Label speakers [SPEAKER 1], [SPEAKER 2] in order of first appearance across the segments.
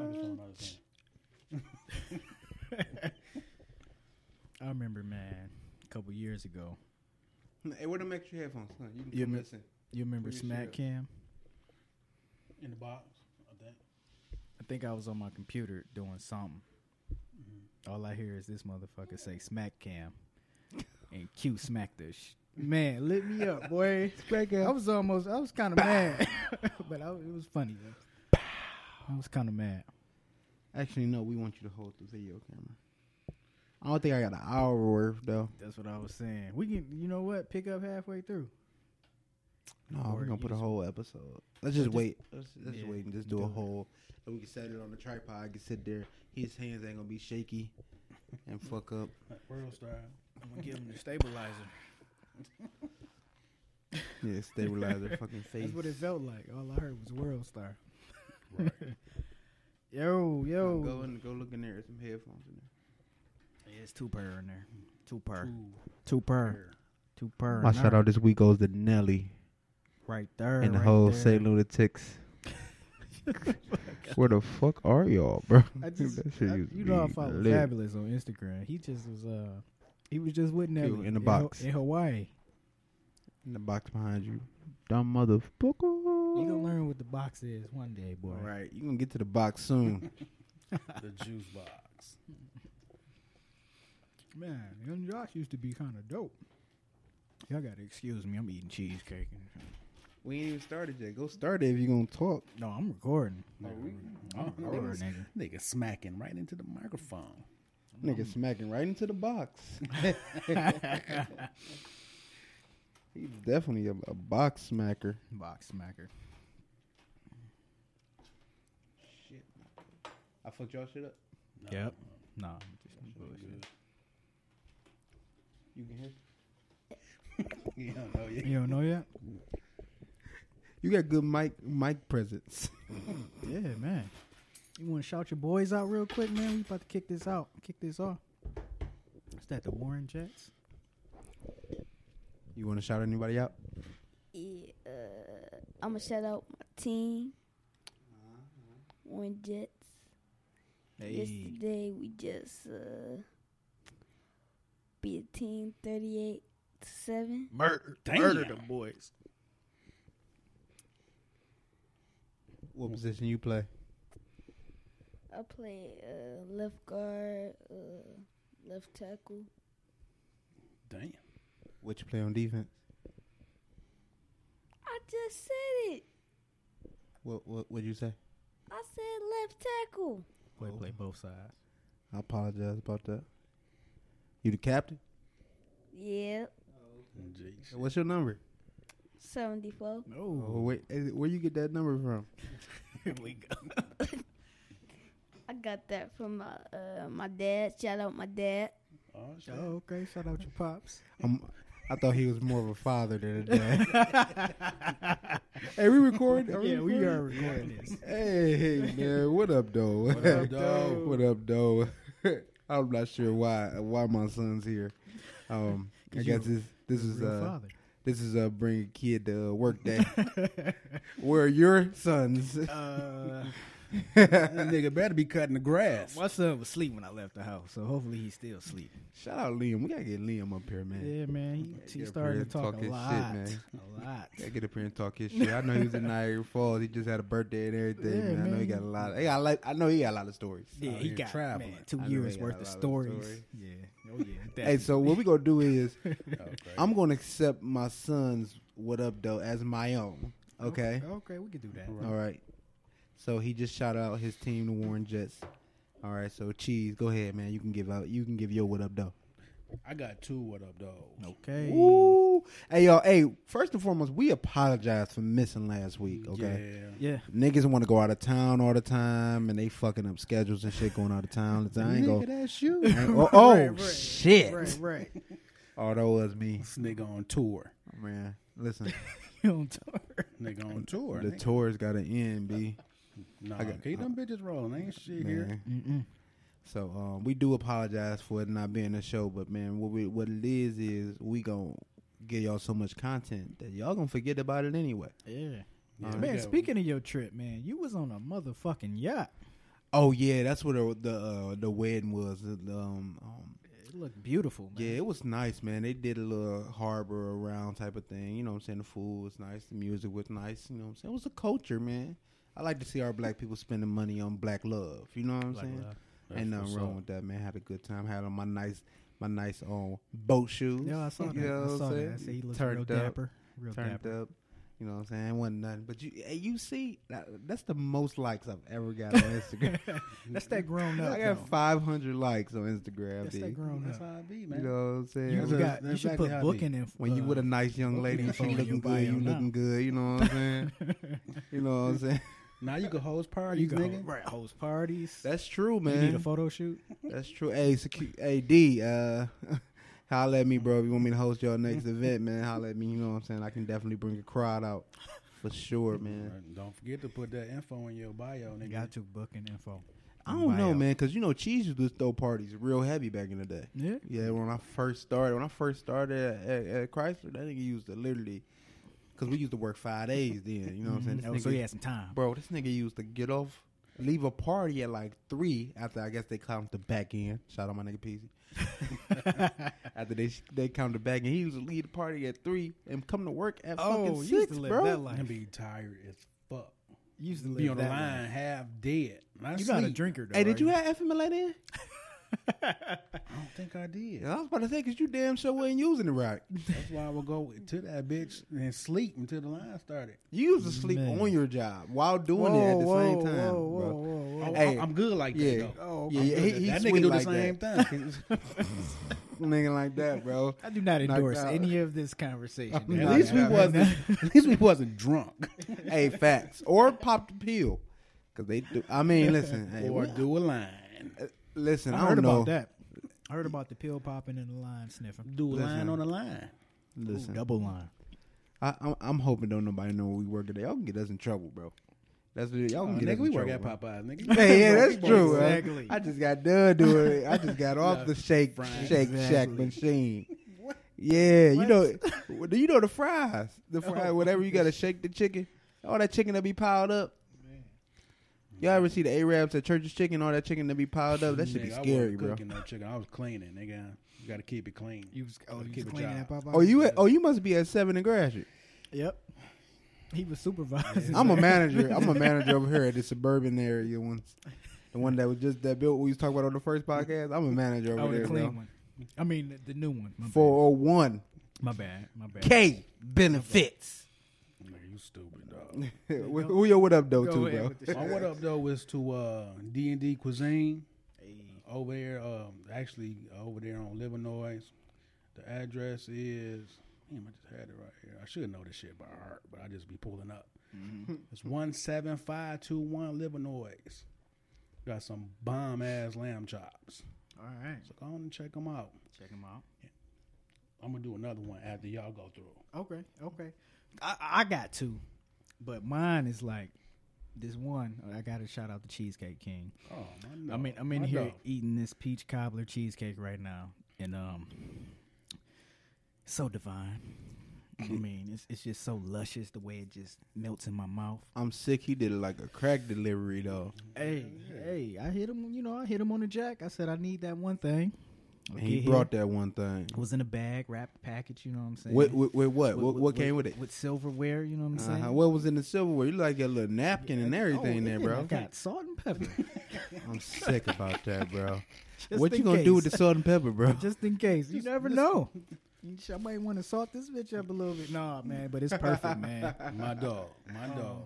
[SPEAKER 1] Pants.
[SPEAKER 2] I remember, man, a couple years ago.
[SPEAKER 3] Hey, where the extra headphones? Huh? You can
[SPEAKER 2] Yeah,
[SPEAKER 3] come
[SPEAKER 2] man.
[SPEAKER 3] listen.
[SPEAKER 2] You remember
[SPEAKER 3] Pretty sure.
[SPEAKER 2] Smack Cam?
[SPEAKER 1] in the box. I think.
[SPEAKER 2] I think I was on my computer doing something. All I hear is this motherfucker say Smack Cam, and Q smacked the sh- man. Lit me up, boy.
[SPEAKER 3] Smack Cam.
[SPEAKER 2] I was almost. I was kind of mad, but I, it was funny. though. I was kind of mad.
[SPEAKER 3] Actually, no. We want you to hold the video camera. I don't think I got an hour worth though.
[SPEAKER 2] That's what I was saying. We can, you know what? Pick up halfway through.
[SPEAKER 3] No,
[SPEAKER 2] Or
[SPEAKER 3] we're gonna
[SPEAKER 2] you
[SPEAKER 3] put a
[SPEAKER 2] just-
[SPEAKER 3] whole episode. Let's just
[SPEAKER 2] just-
[SPEAKER 3] wait. Let's, let's
[SPEAKER 2] yeah,
[SPEAKER 3] wait and just
[SPEAKER 2] do
[SPEAKER 3] do a
[SPEAKER 2] it.
[SPEAKER 3] whole. And we can set it on the tripod. I can sit there. His hands ain't gonna be shaky and fuck up.
[SPEAKER 1] Like world star.
[SPEAKER 2] I'm gonna give him the stabilizer.
[SPEAKER 3] Yeah, stabilizer, fucking face.
[SPEAKER 2] That's what it felt like. All I heard was World Star. Yo, yo.
[SPEAKER 3] Go and go look in there. There's some headphones in there.
[SPEAKER 2] Yeah, it's two per in there. Two per.
[SPEAKER 1] Ooh,
[SPEAKER 2] Two per. Two per.
[SPEAKER 3] My
[SPEAKER 2] in
[SPEAKER 3] shout
[SPEAKER 2] there.
[SPEAKER 3] out this week goes to Nelly
[SPEAKER 2] right there.
[SPEAKER 3] and the
[SPEAKER 2] right
[SPEAKER 3] whole
[SPEAKER 2] there.
[SPEAKER 3] St. Lunatics. Where the fuck are y'all, bro?
[SPEAKER 2] I just,
[SPEAKER 3] That shit
[SPEAKER 2] I,
[SPEAKER 3] used to
[SPEAKER 2] you know, I
[SPEAKER 3] be
[SPEAKER 2] follow
[SPEAKER 3] lit.
[SPEAKER 2] Fabulous on Instagram. He just was, uh, he was just with Nelly
[SPEAKER 3] in the
[SPEAKER 2] Ho-
[SPEAKER 3] box.
[SPEAKER 2] in Hawaii.
[SPEAKER 3] In the box behind you, dumb motherfucker.
[SPEAKER 2] You gonna learn what the box is one day, boy.
[SPEAKER 3] All right, you gonna get to the box soon.
[SPEAKER 1] the juice box.
[SPEAKER 2] Man, young Josh used to be kind of dope. Y'all gotta excuse me. I'm eating cheesecake. And,
[SPEAKER 3] we ain't even started yet. Go start it if you gonna talk.
[SPEAKER 2] no, I'm recording. I'm
[SPEAKER 1] Oh,
[SPEAKER 2] recording,
[SPEAKER 1] nigga.
[SPEAKER 2] nigga.
[SPEAKER 1] Nigga smacking right into the microphone.
[SPEAKER 3] Nigga smacking right into the box. He's definitely a, a box smacker.
[SPEAKER 2] Box smacker.
[SPEAKER 3] Shit. I fucked y'all shit up.
[SPEAKER 1] No,
[SPEAKER 2] Yep. Nah, just
[SPEAKER 1] that shit ain't
[SPEAKER 2] bullshit.
[SPEAKER 1] good.
[SPEAKER 3] You can hear.
[SPEAKER 1] You don't know yet.
[SPEAKER 2] You don't know yet?
[SPEAKER 3] You got good mic mic presence.
[SPEAKER 2] Yeah, man. You want to shout your boys out real quick, man? We about to kick this out, kick this off. Is that the Warren Jets?
[SPEAKER 3] You want to shout anybody out?
[SPEAKER 4] Yeah, I'm gonna uh, shout out my team. One Jets. Yesterday we just uh, beat a team 38 to seven.
[SPEAKER 2] murder,
[SPEAKER 1] Damn. murder the
[SPEAKER 2] boys.
[SPEAKER 3] What position you play?
[SPEAKER 4] I play uh, left guard, uh, left tackle.
[SPEAKER 1] Damn.
[SPEAKER 3] What you play on defense?
[SPEAKER 4] I just said it.
[SPEAKER 3] What what would you say?
[SPEAKER 4] I said left tackle.
[SPEAKER 2] Play, play both sides.
[SPEAKER 3] I apologize about that. You the captain?
[SPEAKER 4] Yep,
[SPEAKER 1] Jeez.
[SPEAKER 3] What's your number?
[SPEAKER 4] 74.
[SPEAKER 3] Oh wait, eh, where you get that number from?
[SPEAKER 2] here we go.
[SPEAKER 4] I got that from my uh, my dad. Shout out my dad.
[SPEAKER 1] Oh, shit.
[SPEAKER 2] Oh, okay. Shout out your pops.
[SPEAKER 3] I'm, I thought he was more of a father than a dad. hey, we recording? Are
[SPEAKER 2] yeah, we
[SPEAKER 3] recording?
[SPEAKER 2] are recording this.
[SPEAKER 3] Hey, man, what up, though? What
[SPEAKER 1] up, though?
[SPEAKER 3] what up, though? I'm not sure why why my son's here. Um, I
[SPEAKER 2] 'Cause
[SPEAKER 3] guess
[SPEAKER 2] you
[SPEAKER 3] this this is
[SPEAKER 2] Real
[SPEAKER 3] uh
[SPEAKER 2] father.
[SPEAKER 3] this is uh bring a kid to uh, work day. Where are your sons?
[SPEAKER 2] Uh,
[SPEAKER 1] That nigga better be cutting the grass.
[SPEAKER 2] my son was asleep when I left the house, so hopefully he's still asleep.
[SPEAKER 3] Shout out Liam. We gotta get Liam up here, man.
[SPEAKER 2] Yeah, man.
[SPEAKER 3] Yeah,
[SPEAKER 2] He,
[SPEAKER 3] yeah,
[SPEAKER 2] he started to
[SPEAKER 3] bro,
[SPEAKER 2] talk
[SPEAKER 3] talk
[SPEAKER 2] a
[SPEAKER 3] his shit,
[SPEAKER 2] lot.
[SPEAKER 3] man.
[SPEAKER 2] A lot.
[SPEAKER 3] Gotta get up here and talk his shit. I know he was in Niagara Falls. He just had a birthday and everything.
[SPEAKER 2] Yeah,
[SPEAKER 3] man. I know
[SPEAKER 2] man.
[SPEAKER 3] he got a lot. He got a lot- I know he got a lot of stories.
[SPEAKER 2] Yeah,
[SPEAKER 1] out
[SPEAKER 2] he
[SPEAKER 1] here
[SPEAKER 2] got
[SPEAKER 1] traveling.
[SPEAKER 2] man, two
[SPEAKER 3] I know
[SPEAKER 2] years
[SPEAKER 3] he got
[SPEAKER 2] worth
[SPEAKER 3] a
[SPEAKER 2] of
[SPEAKER 3] lot of
[SPEAKER 2] stories.
[SPEAKER 3] stories.
[SPEAKER 2] Yeah. Oh yeah.
[SPEAKER 3] Hey, so what we gonna do is
[SPEAKER 1] Okay.
[SPEAKER 3] I'm gonna accept my son's "What Up" though as my own. Okay.
[SPEAKER 2] Okay, we can do that.
[SPEAKER 3] All right. So he just shouted out his team, the Warren Jets. All right. So cheese, go ahead, man. You can give out. You can give your "What Up" though.
[SPEAKER 1] I got two what up though.
[SPEAKER 2] Okay.
[SPEAKER 3] Ooh. Hey y'all. Hey, first and foremost, we apologize for missing last week. Okay.
[SPEAKER 1] Yeah.
[SPEAKER 2] Yeah.
[SPEAKER 3] Niggas want to go out of town all the time, and they fucking up schedules and shit going out of town. I ain't go.
[SPEAKER 1] Nigga, that's you.
[SPEAKER 3] I ain't- oh, oh,
[SPEAKER 2] Right, right,
[SPEAKER 3] shit!
[SPEAKER 2] Right, right.
[SPEAKER 3] Oh, that was me,
[SPEAKER 1] This nigga on tour.
[SPEAKER 3] man. Listen,
[SPEAKER 2] you on tour.
[SPEAKER 1] Nigga on tour.
[SPEAKER 3] the
[SPEAKER 1] nigga.
[SPEAKER 3] tour's got to end, b.
[SPEAKER 1] Nah,
[SPEAKER 3] I got-
[SPEAKER 1] keep them bitches rolling. Ain't shit here.
[SPEAKER 3] man. So um, we do apologize for it not being a show, but man, what we, what it is is we gonna give y'all so much content that y'all gonna forget about it anyway.
[SPEAKER 2] Yeah.
[SPEAKER 1] Yeah, we
[SPEAKER 2] man,
[SPEAKER 1] got-
[SPEAKER 2] speaking of your trip, man, you was on a motherfucking yacht.
[SPEAKER 3] Oh yeah, that's where the the, uh, the wedding was. The, the, um, um,
[SPEAKER 2] It looked beautiful, man.
[SPEAKER 3] yeah, it was nice, man. They did a little harbor around type of thing. You know what I'm saying? The food was nice. The music was nice. You know what I'm saying? It was a culture, man. I like to see our black people spending money on black love. You know what I'm
[SPEAKER 2] Black
[SPEAKER 3] saying?
[SPEAKER 2] love.
[SPEAKER 1] That's
[SPEAKER 3] Ain't nothing
[SPEAKER 1] what's
[SPEAKER 3] wrong
[SPEAKER 1] up.
[SPEAKER 3] with that, man. Had a good time. Had on my nice my nice um boat shoes.
[SPEAKER 2] Yeah, I saw that.
[SPEAKER 3] You know what
[SPEAKER 2] I
[SPEAKER 3] I'm
[SPEAKER 2] saw that.
[SPEAKER 3] saying?
[SPEAKER 2] I said he looks
[SPEAKER 3] Turned
[SPEAKER 2] real
[SPEAKER 3] up.
[SPEAKER 2] dapper. Real
[SPEAKER 3] turned
[SPEAKER 2] dapper.
[SPEAKER 3] up. You know what I'm saying? Wasn't nothing. But you hey, you see that, that's the most likes I've ever got on Instagram.
[SPEAKER 2] That's that grown up.
[SPEAKER 3] I
[SPEAKER 2] though.
[SPEAKER 3] got five hundred likes on Instagram.
[SPEAKER 2] That's
[SPEAKER 3] D.
[SPEAKER 2] that grown
[SPEAKER 1] That's
[SPEAKER 2] up.
[SPEAKER 1] how I be,
[SPEAKER 3] You
[SPEAKER 1] man.
[SPEAKER 3] know what I'm saying?
[SPEAKER 2] You,
[SPEAKER 1] That's
[SPEAKER 2] we
[SPEAKER 1] a- that's
[SPEAKER 2] got, you should
[SPEAKER 1] exactly
[SPEAKER 2] put
[SPEAKER 1] how it
[SPEAKER 2] booking in.
[SPEAKER 3] when you
[SPEAKER 2] uh,
[SPEAKER 3] with a nice young
[SPEAKER 2] what
[SPEAKER 3] lady,
[SPEAKER 2] can I
[SPEAKER 3] and
[SPEAKER 2] follow
[SPEAKER 3] she
[SPEAKER 2] in your
[SPEAKER 3] looking good,
[SPEAKER 2] bio
[SPEAKER 3] you
[SPEAKER 2] now?
[SPEAKER 3] looking good. You know what I'm saying? you know what I'm saying?
[SPEAKER 1] Now you can host parties,
[SPEAKER 2] you go
[SPEAKER 1] nigga.
[SPEAKER 2] right host parties.
[SPEAKER 3] That's true,
[SPEAKER 2] you need a
[SPEAKER 3] man.
[SPEAKER 2] photo shoot.
[SPEAKER 3] That's true. Hey, secu- hey D, uh, holla at me, bro. If you want me to host your next event, man, holla at me. You know what I'm saying? I can definitely bring a crowd out for sure, man.
[SPEAKER 1] Right, Don't forget to put that info in your bio, nigga.
[SPEAKER 2] You got to booking info.
[SPEAKER 3] I don't know,
[SPEAKER 2] Bio.
[SPEAKER 3] man, because you know, cheese used to throw parties real heavy back in the day.
[SPEAKER 2] Yeah.
[SPEAKER 3] Yeah, when I first started, when I first started at, at, at Chrysler, that nigga used to literally, because we used to work five days then. You know what I'm saying? Mm-hmm. This
[SPEAKER 2] Oh, so
[SPEAKER 3] nigga-
[SPEAKER 2] he had some time.
[SPEAKER 3] Bro, this nigga used to get off, leave a party at like three after I guess they count the back end. Shout out my nigga Peasy. after they they count the back end, he used to leave the party at three and come to work at
[SPEAKER 2] oh,
[SPEAKER 3] fucking
[SPEAKER 2] you used
[SPEAKER 3] six,
[SPEAKER 2] to live
[SPEAKER 3] bro.
[SPEAKER 2] that
[SPEAKER 1] and
[SPEAKER 2] life.
[SPEAKER 1] be tired as fuck.
[SPEAKER 2] You used to live
[SPEAKER 1] Be on the
[SPEAKER 2] that
[SPEAKER 1] line,
[SPEAKER 2] life.
[SPEAKER 1] half dead. Not
[SPEAKER 2] You got a
[SPEAKER 1] sleep.
[SPEAKER 2] drinker though.
[SPEAKER 3] Hey, did
[SPEAKER 2] right?
[SPEAKER 3] you have FMLA then?
[SPEAKER 1] I don't think I did.
[SPEAKER 3] Yeah, I was about to say because you damn sure wasn't using it right.
[SPEAKER 1] That's why I would go to that bitch and sleep until the line started.
[SPEAKER 3] You used to sleep
[SPEAKER 2] Man.
[SPEAKER 3] on your job while doing it at the
[SPEAKER 2] Whoa,
[SPEAKER 3] same
[SPEAKER 2] whoa,
[SPEAKER 3] time,
[SPEAKER 2] whoa,
[SPEAKER 3] bro.
[SPEAKER 2] whoa, whoa, whoa.
[SPEAKER 1] Oh,
[SPEAKER 3] Hey.
[SPEAKER 1] I'm good like
[SPEAKER 3] Yeah.
[SPEAKER 1] that. Though.
[SPEAKER 2] Oh,
[SPEAKER 3] Yeah,
[SPEAKER 2] okay.
[SPEAKER 3] yeah, he, he
[SPEAKER 1] that
[SPEAKER 3] swing
[SPEAKER 1] nigga do
[SPEAKER 3] like
[SPEAKER 1] the
[SPEAKER 3] that.
[SPEAKER 1] same thing.
[SPEAKER 3] nigga like that, bro.
[SPEAKER 2] I do not
[SPEAKER 3] Knocked
[SPEAKER 2] endorse
[SPEAKER 3] out.
[SPEAKER 2] any of this conversation.
[SPEAKER 3] I'm
[SPEAKER 1] At
[SPEAKER 3] not
[SPEAKER 1] least we
[SPEAKER 3] having
[SPEAKER 1] wasn't. at least we wasn't drunk.
[SPEAKER 3] hey, facts or pop the pill, because they do. I mean, listen, hey,
[SPEAKER 1] or
[SPEAKER 3] we-
[SPEAKER 1] do a line.
[SPEAKER 3] listen.
[SPEAKER 2] I
[SPEAKER 3] I,
[SPEAKER 2] heard
[SPEAKER 3] don't know.
[SPEAKER 2] about that. I heard about the pill popping and the line sniffing.
[SPEAKER 1] Do a
[SPEAKER 3] Listen.
[SPEAKER 1] line on a line.
[SPEAKER 3] Listen,
[SPEAKER 2] double line.
[SPEAKER 3] I, I'm, I'm hoping don't nobody know where we work today. Y'all can get us in trouble, bro. That's what y'all
[SPEAKER 1] Oh,
[SPEAKER 3] can get us
[SPEAKER 1] nigga,
[SPEAKER 3] in
[SPEAKER 1] we work
[SPEAKER 3] trouble,
[SPEAKER 1] at
[SPEAKER 3] bro.
[SPEAKER 1] Popeyes, nigga.
[SPEAKER 3] Hey, yeah, that's
[SPEAKER 1] Exactly.
[SPEAKER 3] true. bro.
[SPEAKER 2] Exactly.
[SPEAKER 3] I just got done doing it. I just got off the shake,
[SPEAKER 1] fries.
[SPEAKER 3] shake, shack
[SPEAKER 2] Exactly.
[SPEAKER 3] machine. Yeah, you know, do you know the fries? The fry, whatever you got to shake the chicken. All that chicken that be piled up. Y'all ever see the Arabs at Church's Chicken? All that chicken that be piled up. That should be
[SPEAKER 1] Nigga, I
[SPEAKER 3] scary,
[SPEAKER 1] wasn't
[SPEAKER 3] bro.
[SPEAKER 1] Cooking no chicken. I was cleaning. Nigga, you got to keep it clean.
[SPEAKER 2] You was, oh,
[SPEAKER 1] Gotta
[SPEAKER 2] you
[SPEAKER 1] keep
[SPEAKER 2] was
[SPEAKER 1] a
[SPEAKER 2] cleaning
[SPEAKER 1] job.
[SPEAKER 2] that Popeye.
[SPEAKER 3] Oh, you at, oh you must be at Seven and Graduate.
[SPEAKER 2] Yep. He was supervising.
[SPEAKER 3] I'm a manager. I'm a manager over here at the suburban area once. The one that was just that built we was talking about on the first podcast. I'm a manager over
[SPEAKER 2] Oh, the
[SPEAKER 3] there.
[SPEAKER 2] clean
[SPEAKER 3] Bro.
[SPEAKER 2] one. I mean, the, the new one. My bad.
[SPEAKER 3] 401
[SPEAKER 2] My bad. My bad.
[SPEAKER 3] K benefits.
[SPEAKER 1] Nigga, you stupid dog.
[SPEAKER 3] Who who your what up though
[SPEAKER 2] Go
[SPEAKER 3] to,
[SPEAKER 2] ahead
[SPEAKER 3] bro?
[SPEAKER 2] with the
[SPEAKER 1] My what up though is to uh D and D cuisine over there. Um, actually over there on Livernois. The address is. Damn, I just had it right here. I should know this shit by heart, but I just be pulling up. It's one seven five two one Livernois. Got some bomb ass lamb chops.
[SPEAKER 2] All right.
[SPEAKER 1] So go on and check them out.
[SPEAKER 2] Check him out.
[SPEAKER 1] I'm gonna do another one after y'all go through.
[SPEAKER 2] Okay, okay. I, I got two, but mine is like this one. I got to shout out the Cheesecake King.
[SPEAKER 1] Oh, my
[SPEAKER 2] I
[SPEAKER 1] dog,
[SPEAKER 2] mean, I'm in
[SPEAKER 1] my
[SPEAKER 2] here
[SPEAKER 1] dog.
[SPEAKER 2] eating this peach cobbler cheesecake right now, and um, so divine. I mean, it's it's just so luscious the way it just melts in my mouth.
[SPEAKER 3] I'm sick. He did it like a crack delivery though.
[SPEAKER 2] Hey, hey, I hit him. You know, I hit him on the jack. I said I need that one thing.
[SPEAKER 3] And he
[SPEAKER 2] Get here.
[SPEAKER 3] brought that one thing.
[SPEAKER 2] It was in a bag, wrapped package. You know what I'm saying?
[SPEAKER 3] What with, with what? What, what came with it?
[SPEAKER 2] With silverware. You know what I'm saying?
[SPEAKER 3] Uh-huh. What was in the silverware? You like a little napkin and everything
[SPEAKER 2] Oh,
[SPEAKER 3] there,
[SPEAKER 2] yeah, I
[SPEAKER 3] bro.
[SPEAKER 2] got salt and pepper.
[SPEAKER 3] I'm sick about that, bro.
[SPEAKER 2] Just
[SPEAKER 3] what you
[SPEAKER 2] in
[SPEAKER 3] gonna do
[SPEAKER 2] case.
[SPEAKER 3] with the salt and pepper, bro?
[SPEAKER 2] just in case. You never know. You sh- I might want to salt this bitch up a little bit. Nah, man, but it's perfect, man.
[SPEAKER 1] my dog, my dog.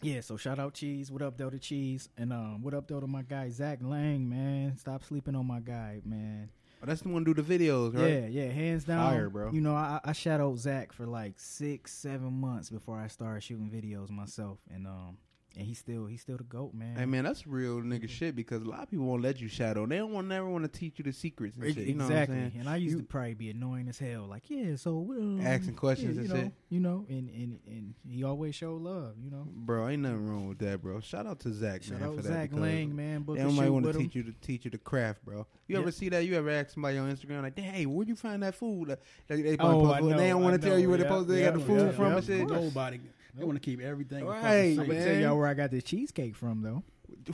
[SPEAKER 2] Yeah, so shout out Cheese. What up, though, to Cheese? And um, what up, though, to my guy, Zach Lang, man. Stop sleeping on my guy, man.
[SPEAKER 3] Oh, that's the one who do the videos, right?
[SPEAKER 2] Yeah, yeah, hands down.
[SPEAKER 3] Fire, bro.
[SPEAKER 2] You know, I, I shadowed Zach for like six, seven months before I started shooting videos myself. And um, and he's still he's still the GOAT, man.
[SPEAKER 3] Hey man, that's real nigga shit because a lot of people won't let you shadow. They don't want never want to teach you the secrets and shit. You know
[SPEAKER 2] exactly.
[SPEAKER 3] what I'm saying?
[SPEAKER 2] and I used to probably be annoying as hell. Like, yeah, so what, um,
[SPEAKER 3] Asking questions
[SPEAKER 2] yeah,
[SPEAKER 3] and
[SPEAKER 2] you know,
[SPEAKER 3] shit.
[SPEAKER 2] You know, and, and and he always showed love. You know,
[SPEAKER 3] Bro, ain't nothing wrong with that, bro. Shout out to Zach,
[SPEAKER 2] shout
[SPEAKER 3] man,
[SPEAKER 2] out
[SPEAKER 3] for
[SPEAKER 2] Zach
[SPEAKER 3] that. because
[SPEAKER 2] Lang, man. Book
[SPEAKER 3] They
[SPEAKER 2] a
[SPEAKER 3] don't might
[SPEAKER 2] shoot
[SPEAKER 3] want
[SPEAKER 2] with
[SPEAKER 3] to
[SPEAKER 2] him.
[SPEAKER 3] teach you to teach you the craft, bro. You
[SPEAKER 2] Yep.
[SPEAKER 3] ever see that? You ever ask somebody on Instagram like, "Hey, where'd you find that food?" Like, they, they,
[SPEAKER 2] Oh,
[SPEAKER 3] probably
[SPEAKER 2] I
[SPEAKER 3] post food, and they
[SPEAKER 2] know,
[SPEAKER 3] don't
[SPEAKER 2] I
[SPEAKER 3] want to tell
[SPEAKER 2] know.
[SPEAKER 3] you where they
[SPEAKER 2] Yep,
[SPEAKER 3] supposed to
[SPEAKER 2] yep,
[SPEAKER 3] got the food
[SPEAKER 2] yep,
[SPEAKER 3] from
[SPEAKER 2] yep.
[SPEAKER 3] and shit.
[SPEAKER 2] Of course.
[SPEAKER 1] Nobody. They want to keep everything. a fucking
[SPEAKER 3] Right,
[SPEAKER 2] I'm
[SPEAKER 1] secret.
[SPEAKER 2] gonna
[SPEAKER 3] man.
[SPEAKER 2] tell y'all where I got this cheesecake from, though.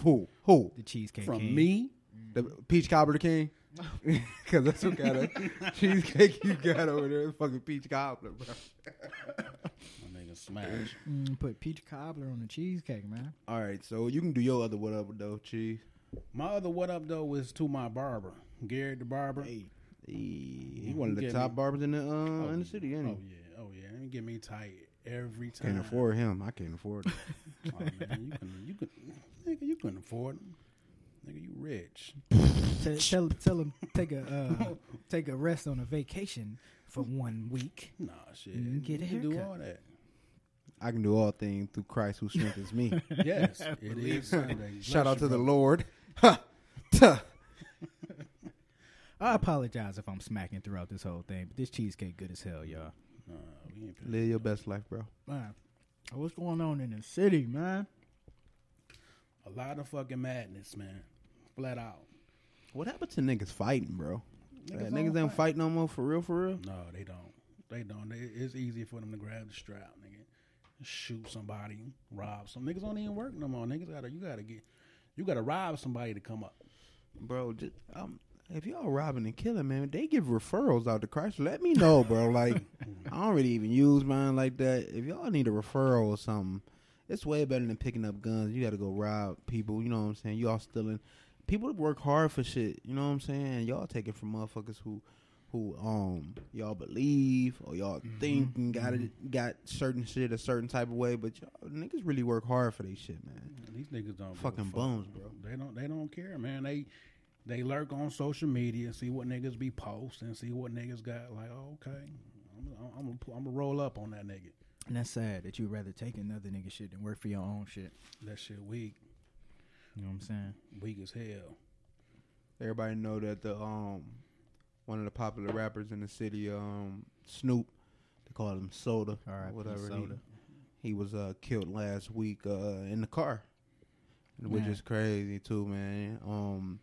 [SPEAKER 3] Who? Who?
[SPEAKER 2] The cheesecake
[SPEAKER 1] From
[SPEAKER 2] King.
[SPEAKER 1] me?
[SPEAKER 3] The peach cobbler king? Because that's what kind of cheesecake you got over there. It's fucking peach cobbler, bro.
[SPEAKER 1] My nigga smash.
[SPEAKER 2] Mm, put peach cobbler on the cheesecake, man.
[SPEAKER 3] All right, so you can do your other what up though, cheese.
[SPEAKER 1] My other what up though is to my barber, Garrett the barber.
[SPEAKER 3] He one of
[SPEAKER 1] Get
[SPEAKER 3] the
[SPEAKER 1] me.
[SPEAKER 3] top barbers in the uh,
[SPEAKER 1] Oh,
[SPEAKER 3] in the city, ain't he?
[SPEAKER 1] Oh yeah, oh yeah. He get me tight every time.
[SPEAKER 3] Can't afford him. I can't afford him.
[SPEAKER 1] Oh, man, you can, you can, nigga, you couldn't afford him. Nigga, you rich.
[SPEAKER 2] tell, tell, tell him take a uh, take a rest on a vacation for one week.
[SPEAKER 1] Nah, shit.
[SPEAKER 2] You can get a
[SPEAKER 1] you can do
[SPEAKER 2] haircut.
[SPEAKER 1] all that.
[SPEAKER 3] I can do all things through Christ who strengthens me.
[SPEAKER 1] Yes, it is Sunday.
[SPEAKER 3] Shout out to the
[SPEAKER 1] Lord.
[SPEAKER 3] Lord. Ha. Tuh.
[SPEAKER 2] I apologize if I'm smacking throughout this whole thing, but this cheesecake good as hell, y'all.
[SPEAKER 1] Nah, we ain't finna-
[SPEAKER 3] Live your best life, bro.
[SPEAKER 2] Man, what's going on in the city, man?
[SPEAKER 1] a lot of fucking madness, man. Flat out.
[SPEAKER 3] What happened to niggas fighting, bro? Niggas,
[SPEAKER 1] Niggas
[SPEAKER 3] niggas
[SPEAKER 1] don't
[SPEAKER 3] ain't
[SPEAKER 1] fight.
[SPEAKER 3] fight no more for real, for real.
[SPEAKER 1] No, they don't. They don't. They, it's easy for them to grab the strap, nigga. Shoot somebody, rob some niggas. Don't even work no more. Niggas gotta. You gotta get. You gotta rob somebody to come up.
[SPEAKER 3] Bro, just, um, if y'all robbing and killing, man, they give referrals out to Christ. Let me know, bro. Like, I don't really even use mine like that. If y'all need a referral or something, it's way better than picking up guns. You got to go rob people. You know what I'm saying? Y'all stealing. People work hard for shit. You know what I'm saying? Y'all take it from motherfuckers who, who um, y'all believe or y'all think and got it, got certain shit a certain type of way. But y'all niggas really work hard for they shit, man.
[SPEAKER 1] These niggas don't give a
[SPEAKER 3] Fucking
[SPEAKER 1] fuck.
[SPEAKER 3] bums, bro.
[SPEAKER 1] They don't. They don't care, man. They they lurk on social media, see what niggas be posting, see what niggas got. Like, oh, okay, I'm I'm I'm gonna pu- I'm gonna roll up on that nigga.
[SPEAKER 2] And that's sad that you'd rather take another nigga shit than work for your own shit.
[SPEAKER 1] That shit weak,
[SPEAKER 2] You know what I'm saying?
[SPEAKER 1] weak as hell.
[SPEAKER 3] Everybody know that the um one of the popular rappers in the city, um Snoop, they call him Soda,
[SPEAKER 2] R.I.P.
[SPEAKER 3] whatever.
[SPEAKER 2] Soda.
[SPEAKER 3] He, he was uh, killed last week uh, in the car, which
[SPEAKER 2] Man.
[SPEAKER 3] is crazy too, man. Um,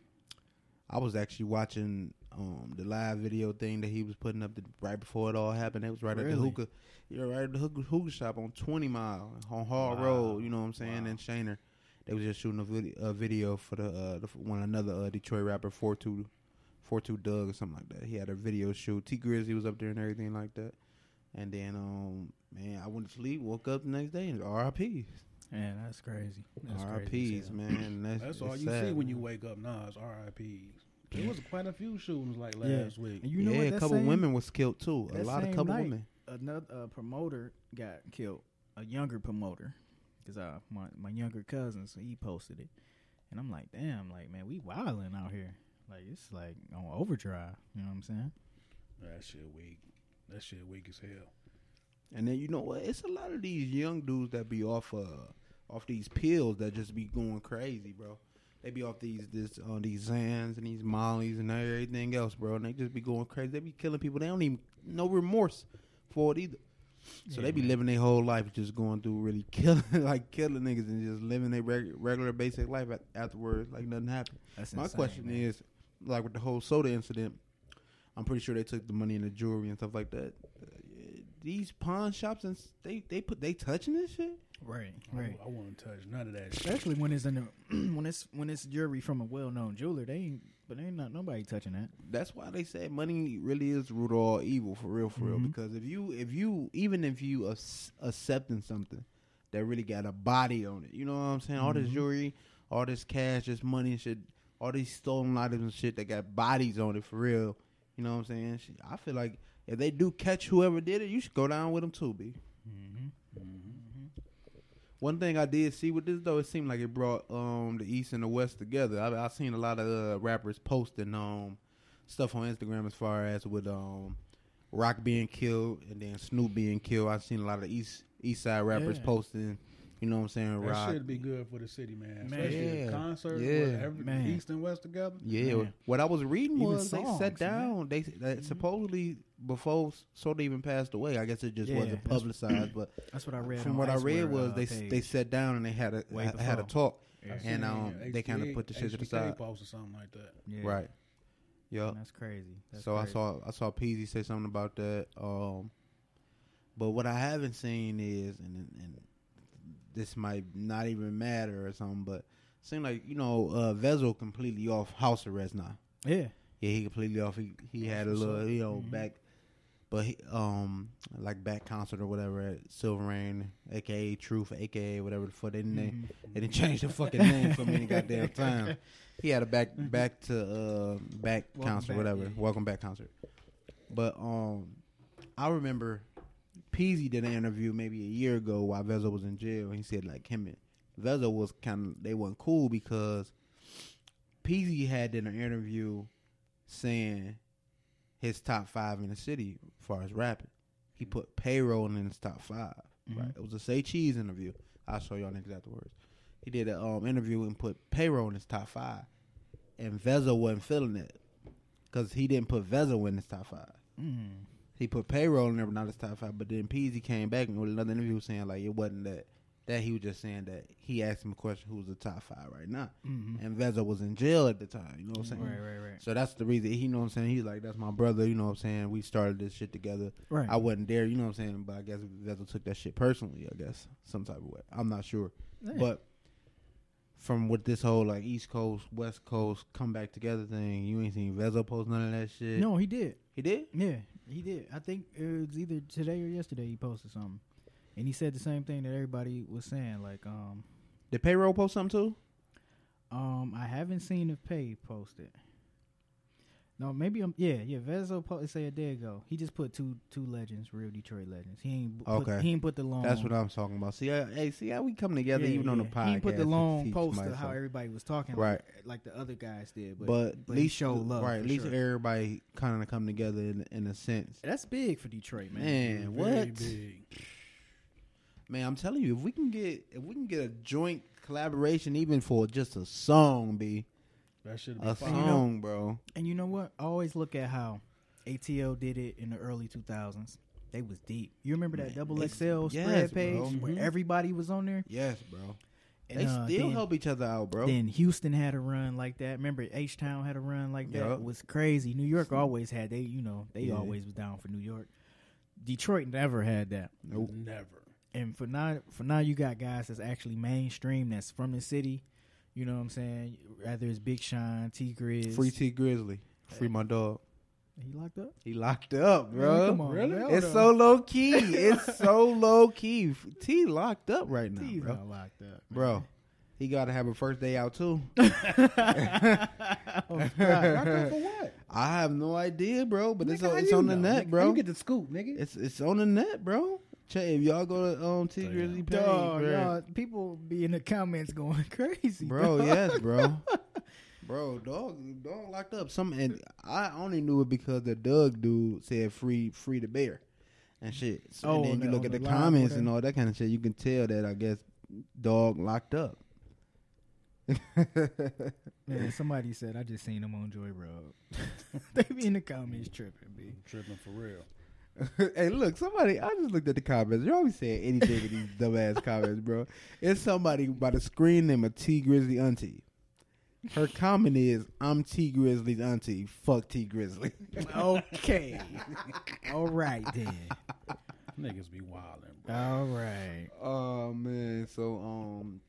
[SPEAKER 3] I was actually watching um the live video thing that he was putting up the, right before it all happened. It was right at the
[SPEAKER 2] Really?
[SPEAKER 3] hookah, yeah, right at the hookah, hookah shop on Twenty Mile on Hall
[SPEAKER 1] Wow.
[SPEAKER 3] Road. You know what I'm saying?
[SPEAKER 1] Wow.
[SPEAKER 3] And Shaner. They was just shooting a video, a video for the, uh, the one another uh, Detroit rapper four two, four two Doug or something like that. He had a video shoot. T Grizzly was up there and everything like that. And then um man, I went to sleep, woke up the next day and R.I.P.
[SPEAKER 2] Yeah, that's crazy. That's crazy as
[SPEAKER 3] R.I.P.s,
[SPEAKER 2] hell.
[SPEAKER 3] man. And That's,
[SPEAKER 1] That's
[SPEAKER 3] it's
[SPEAKER 1] all you
[SPEAKER 3] sad,
[SPEAKER 1] see when you
[SPEAKER 3] man.
[SPEAKER 1] wake up. Nah, it's R.I.P.s. There was quite a few shootings like
[SPEAKER 2] Yeah.
[SPEAKER 1] last week.
[SPEAKER 2] And you know
[SPEAKER 3] yeah,
[SPEAKER 2] what?
[SPEAKER 3] a
[SPEAKER 2] that
[SPEAKER 3] couple
[SPEAKER 2] same-
[SPEAKER 3] women was killed too. A
[SPEAKER 2] that
[SPEAKER 3] lot of
[SPEAKER 2] same
[SPEAKER 3] couple
[SPEAKER 2] night-
[SPEAKER 3] women.
[SPEAKER 2] another a promoter got killed, a younger promoter, because uh, my my younger cousins he posted it, and I'm like, damn, like man, we wilding out here, like it's like on overdrive, you know what I'm saying?
[SPEAKER 1] That shit weak. That shit weak as hell.
[SPEAKER 3] And then you know what? It's a lot of these young dudes that be off uh off these pills that just be going crazy, bro. They be off these this on these Zans and these Mollies and everything else, bro. And they just be going crazy. They be killing people. They don't even no remorse for it either. So they be living their whole life just going through really killing like killing niggas and just living their reg- regular basic life at- afterwards like nothing happened.
[SPEAKER 2] That's
[SPEAKER 3] My
[SPEAKER 2] insane,
[SPEAKER 3] question
[SPEAKER 2] man.
[SPEAKER 3] is, like with the whole soda incident, I'm pretty sure they took the money and the jewelry and stuff like that. Uh, yeah, these pawn shops and s- they they put they touching this shit.
[SPEAKER 2] right,
[SPEAKER 3] oh,
[SPEAKER 1] I
[SPEAKER 2] right.
[SPEAKER 1] wou- I, wouldn't touch none of that shit.
[SPEAKER 2] Especially when it's in the when it's when it's jewelry from a well known jeweler, they ain't but ain't not nobody touching that.
[SPEAKER 3] That's why they say money really is the root of all evil, for real, for real.
[SPEAKER 2] Mhm.
[SPEAKER 3] Because if you if you even if you ac- accepting something that really got a body on it, you know what I'm saying? All this jewelry, all this cash, this money and shit, all these stolen items and shit that got bodies on it, for real. You know what I'm saying? Shit, I feel like if they do catch whoever did it, you should go down with them too, b. Mm-hmm. One thing I did see with this though, it seemed like it brought um the East and the West together. I I seen a lot of uh, rappers posting um stuff on Instagram as far as with um Rock being killed and then Snoop being killed. I've seen a lot of East East Side rappers
[SPEAKER 2] Yeah.
[SPEAKER 3] posting. You know what I'm saying?
[SPEAKER 1] That
[SPEAKER 3] Rock.
[SPEAKER 1] should be good for the city, man.
[SPEAKER 2] Man.
[SPEAKER 1] Especially
[SPEAKER 3] Yeah.
[SPEAKER 1] the concert,
[SPEAKER 3] Yeah.
[SPEAKER 1] yeah. every,
[SPEAKER 2] Man.
[SPEAKER 1] East and West together.
[SPEAKER 3] Yeah.
[SPEAKER 2] Man.
[SPEAKER 3] What I was reading
[SPEAKER 2] Even
[SPEAKER 3] was they
[SPEAKER 2] songs, Mm-hmm.
[SPEAKER 3] sat down.
[SPEAKER 2] man.
[SPEAKER 3] They, they supposedly before Soda even passed away. I guess it just
[SPEAKER 2] Yeah,
[SPEAKER 3] wasn't
[SPEAKER 2] that's-
[SPEAKER 3] publicized, but
[SPEAKER 2] That's what I read.
[SPEAKER 3] from
[SPEAKER 2] on
[SPEAKER 3] what I
[SPEAKER 2] Iceware,
[SPEAKER 3] read was
[SPEAKER 2] uh,
[SPEAKER 3] they
[SPEAKER 2] page.
[SPEAKER 3] they sat down and they had a
[SPEAKER 2] Way
[SPEAKER 3] had a
[SPEAKER 2] before.
[SPEAKER 3] talk.
[SPEAKER 1] I
[SPEAKER 2] Yeah.
[SPEAKER 1] seen,
[SPEAKER 3] And, um,
[SPEAKER 1] yeah,
[SPEAKER 3] they kinda
[SPEAKER 1] HBK
[SPEAKER 3] put the shit to the
[SPEAKER 1] HBK
[SPEAKER 3] side.
[SPEAKER 1] post or something like that.
[SPEAKER 2] Yeah.
[SPEAKER 3] Right. Yup.
[SPEAKER 2] That's crazy. That's
[SPEAKER 3] so I
[SPEAKER 2] crazy.
[SPEAKER 3] saw I saw Peasy say something about that. Um, but what I haven't seen is, and and this might not even matter or something, but Seem like you know uh, Vezel completely off house arrest now.
[SPEAKER 2] Yeah.
[SPEAKER 3] Yeah, he completely off. He he had
[SPEAKER 2] That's
[SPEAKER 3] a
[SPEAKER 2] what's
[SPEAKER 3] little
[SPEAKER 2] up.
[SPEAKER 3] you know
[SPEAKER 2] Mhm.
[SPEAKER 3] back, but he, um like back concert or whatever at Silver Rain, aka Truth, aka whatever the fuck they didn't
[SPEAKER 2] Mm-hmm.
[SPEAKER 3] name. They didn't change the fucking name so many goddamn times. He had a back back to uh back
[SPEAKER 2] Mm-hmm. Welcome
[SPEAKER 3] concert
[SPEAKER 2] back,
[SPEAKER 3] whatever.
[SPEAKER 2] yeah, yeah.
[SPEAKER 3] Welcome back concert. But um, I remember Peasy did an interview maybe a year ago while Vezo was in jail. And he said like him and Vezo was kind of they weren't cool because Peasy had did an interview saying his top five in the city as far as rapping. He put payroll in his top 5 Right,
[SPEAKER 2] Mhm.
[SPEAKER 3] it was a say cheese interview. I'll show y'all niggas afterwards. He did an um, interview and put payroll in his top five, and Vezo wasn't feeling it because he didn't put Vezo in his top five.
[SPEAKER 2] Mm.
[SPEAKER 3] He put payroll in there, but not his top five. But then Peasy came back and with another interview saying like it wasn't that that he was just saying that he asked him a question who's the top five right now,
[SPEAKER 2] Mm-hmm.
[SPEAKER 3] and Vezo was in jail at the time. You know what I'm
[SPEAKER 2] Right,
[SPEAKER 3] saying?
[SPEAKER 2] right, right.
[SPEAKER 3] So that's the reason he you know what I'm saying. He's like, that's my brother. You know what I'm saying? We started this shit together.
[SPEAKER 2] Right.
[SPEAKER 3] I wasn't there. You know what I'm saying? But I guess Vezo took that shit personally. I guess some type of way. I'm not sure,
[SPEAKER 2] Yeah.
[SPEAKER 3] but from what this whole like East Coast West Coast come back together thing, you ain't seen Vezo post none of that shit.
[SPEAKER 2] no, he did.
[SPEAKER 3] he did.
[SPEAKER 2] Yeah, he did. I think it was either today or yesterday he posted something. And he said the same thing that everybody was saying. Like, um,
[SPEAKER 3] Did payroll post something too?
[SPEAKER 2] um, I haven't seen if Pay posted. No, maybe I'm. Yeah, yeah. Vezo posted say a day ago. He just put two two legends, real Detroit legends. He ain't put,
[SPEAKER 3] Okay.
[SPEAKER 2] He ain't put the long.
[SPEAKER 3] That's what I'm talking about. See, I, hey, see how we come together
[SPEAKER 2] Oh. Yeah,
[SPEAKER 3] even on the
[SPEAKER 2] yeah.
[SPEAKER 3] podcast.
[SPEAKER 2] He ain't put the
[SPEAKER 3] and
[SPEAKER 2] long
[SPEAKER 3] teach
[SPEAKER 2] post of
[SPEAKER 3] myself.
[SPEAKER 2] how everybody was talking,
[SPEAKER 3] Right.
[SPEAKER 2] Like, like the other guys did, but,
[SPEAKER 3] But,
[SPEAKER 2] but
[SPEAKER 3] at
[SPEAKER 2] he
[SPEAKER 3] least
[SPEAKER 2] showed love.
[SPEAKER 3] right?
[SPEAKER 2] for
[SPEAKER 3] At least
[SPEAKER 2] sure.
[SPEAKER 3] everybody kind of come together in, in a sense.
[SPEAKER 2] that's big for Detroit, man.
[SPEAKER 1] Very
[SPEAKER 3] Man, what?
[SPEAKER 1] big.
[SPEAKER 3] Man, I'm telling you, if we can get if we can get a joint collaboration, even for just a song, be
[SPEAKER 1] That should
[SPEAKER 3] a
[SPEAKER 1] be fine.
[SPEAKER 2] you know-
[SPEAKER 3] song, bro.
[SPEAKER 2] And you know what? I always look at how ATL did it in the early 2000s. They was deep. You remember that
[SPEAKER 3] Man,
[SPEAKER 2] double
[SPEAKER 3] they-
[SPEAKER 2] XL spread
[SPEAKER 3] yes,
[SPEAKER 2] page
[SPEAKER 3] bro. Mm-hmm.
[SPEAKER 2] where
[SPEAKER 1] Mhm.
[SPEAKER 2] everybody was on there?
[SPEAKER 3] Yes, bro.
[SPEAKER 2] And,
[SPEAKER 3] they
[SPEAKER 2] uh,
[SPEAKER 3] still
[SPEAKER 2] then,
[SPEAKER 3] help each other out, bro.
[SPEAKER 2] Then Houston had a run like that. Remember H Town had a run like that.
[SPEAKER 3] Yeah.
[SPEAKER 2] It was crazy. New York always had they, you know, they
[SPEAKER 3] Yeah.
[SPEAKER 2] always was down for New York. Detroit never had that.
[SPEAKER 3] Nope.
[SPEAKER 1] Never.
[SPEAKER 2] and for now for now you got guys that's actually mainstream that's from the city you know what i'm saying rather it's big shine t grizz
[SPEAKER 3] Free T Grizzly, free my dog.
[SPEAKER 2] he locked up
[SPEAKER 3] He locked up,
[SPEAKER 2] Man,
[SPEAKER 3] bro.
[SPEAKER 2] come on
[SPEAKER 1] really?
[SPEAKER 2] man.
[SPEAKER 3] It's so low key. It's so low key. T locked up right now,
[SPEAKER 2] He's
[SPEAKER 3] bro.
[SPEAKER 2] not locked up
[SPEAKER 3] Bro, he got to have a first day out too.
[SPEAKER 2] Oh, God.
[SPEAKER 1] Locked up for what?
[SPEAKER 3] I have no idea, bro. But it's,
[SPEAKER 1] Nigga, how
[SPEAKER 3] on, it's
[SPEAKER 1] you
[SPEAKER 3] on the
[SPEAKER 1] know? Nigga,
[SPEAKER 3] net,
[SPEAKER 1] how
[SPEAKER 3] bro.
[SPEAKER 1] You get the scoop, nigga.
[SPEAKER 3] It's it's on the net, bro. Check if y'all go to um T
[SPEAKER 1] Damn.
[SPEAKER 3] Grizzly page,
[SPEAKER 2] Dog,
[SPEAKER 3] bro.
[SPEAKER 2] y'all, people be in the comments going crazy
[SPEAKER 3] Bro, yes, bro. Bro, dog, dog locked up. Some and I only knew it because the Doug dude said free, free the bear, and shit. So,
[SPEAKER 2] Oh,
[SPEAKER 3] and then
[SPEAKER 2] on
[SPEAKER 3] you
[SPEAKER 2] the-
[SPEAKER 3] look
[SPEAKER 2] on
[SPEAKER 3] at the,
[SPEAKER 2] the line,
[SPEAKER 3] comments and
[SPEAKER 2] whatever.
[SPEAKER 3] all that kind of shit. You can tell that I guess dog locked up.
[SPEAKER 2] Man, somebody said i just seen them on joy road they be in the comments tripping b
[SPEAKER 1] tripping for real.
[SPEAKER 3] hey, look, somebody. I just looked at the comments. They always saying anything in these dumbass comments, bro. It's somebody by the screen name of T Grizzly Auntie. Her comment is, "I'm T Grizzly's auntie. Fuck T Grizzly."
[SPEAKER 2] okay all right then
[SPEAKER 1] Niggas be wilding, bro.
[SPEAKER 2] all right
[SPEAKER 3] Oh man, so um,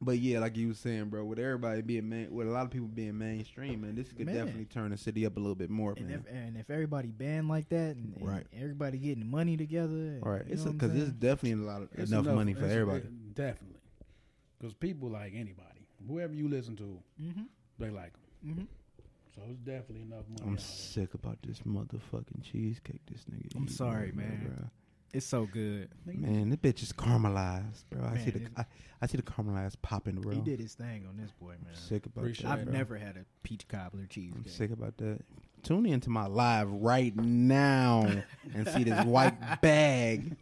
[SPEAKER 3] but yeah, like you was saying, bro, with everybody being main, with a lot of people being mainstream, man, this could
[SPEAKER 2] Man.
[SPEAKER 3] definitely turn the city up a little bit more,
[SPEAKER 2] And
[SPEAKER 3] man.
[SPEAKER 2] if, and if everybody band like that, and, and
[SPEAKER 3] Right.
[SPEAKER 2] everybody getting money together, and,
[SPEAKER 3] All right,
[SPEAKER 2] you
[SPEAKER 3] it's
[SPEAKER 2] know what I'm
[SPEAKER 3] because it's
[SPEAKER 2] saying?
[SPEAKER 3] definitely a lot of,
[SPEAKER 1] It's
[SPEAKER 3] enough, money for
[SPEAKER 1] it's-
[SPEAKER 3] everybody.
[SPEAKER 1] it- definitely. Because people like anybody, whoever you listen to,
[SPEAKER 2] Mm-hmm.
[SPEAKER 1] they like them.
[SPEAKER 2] Mhm.
[SPEAKER 1] So it's definitely enough money.
[SPEAKER 3] I'm
[SPEAKER 1] out there.
[SPEAKER 3] sick about this motherfucking cheesecake. This nigga.
[SPEAKER 2] I'm
[SPEAKER 3] eating
[SPEAKER 2] sorry,
[SPEAKER 3] right now,
[SPEAKER 2] man. it's so good.
[SPEAKER 3] Bro. Man, this bitch is caramelized, bro. I see the
[SPEAKER 2] Man,
[SPEAKER 3] I, I see the caramelized popping, bro.
[SPEAKER 2] He did his thing on this boy, man.
[SPEAKER 3] I'm sick about
[SPEAKER 1] Appreciate
[SPEAKER 3] that.
[SPEAKER 1] it,
[SPEAKER 2] I've
[SPEAKER 3] bro.
[SPEAKER 2] never had a peach cobbler
[SPEAKER 3] I'm
[SPEAKER 2] cheesecake.
[SPEAKER 3] sick about that. Tune into my live right now and see this white bag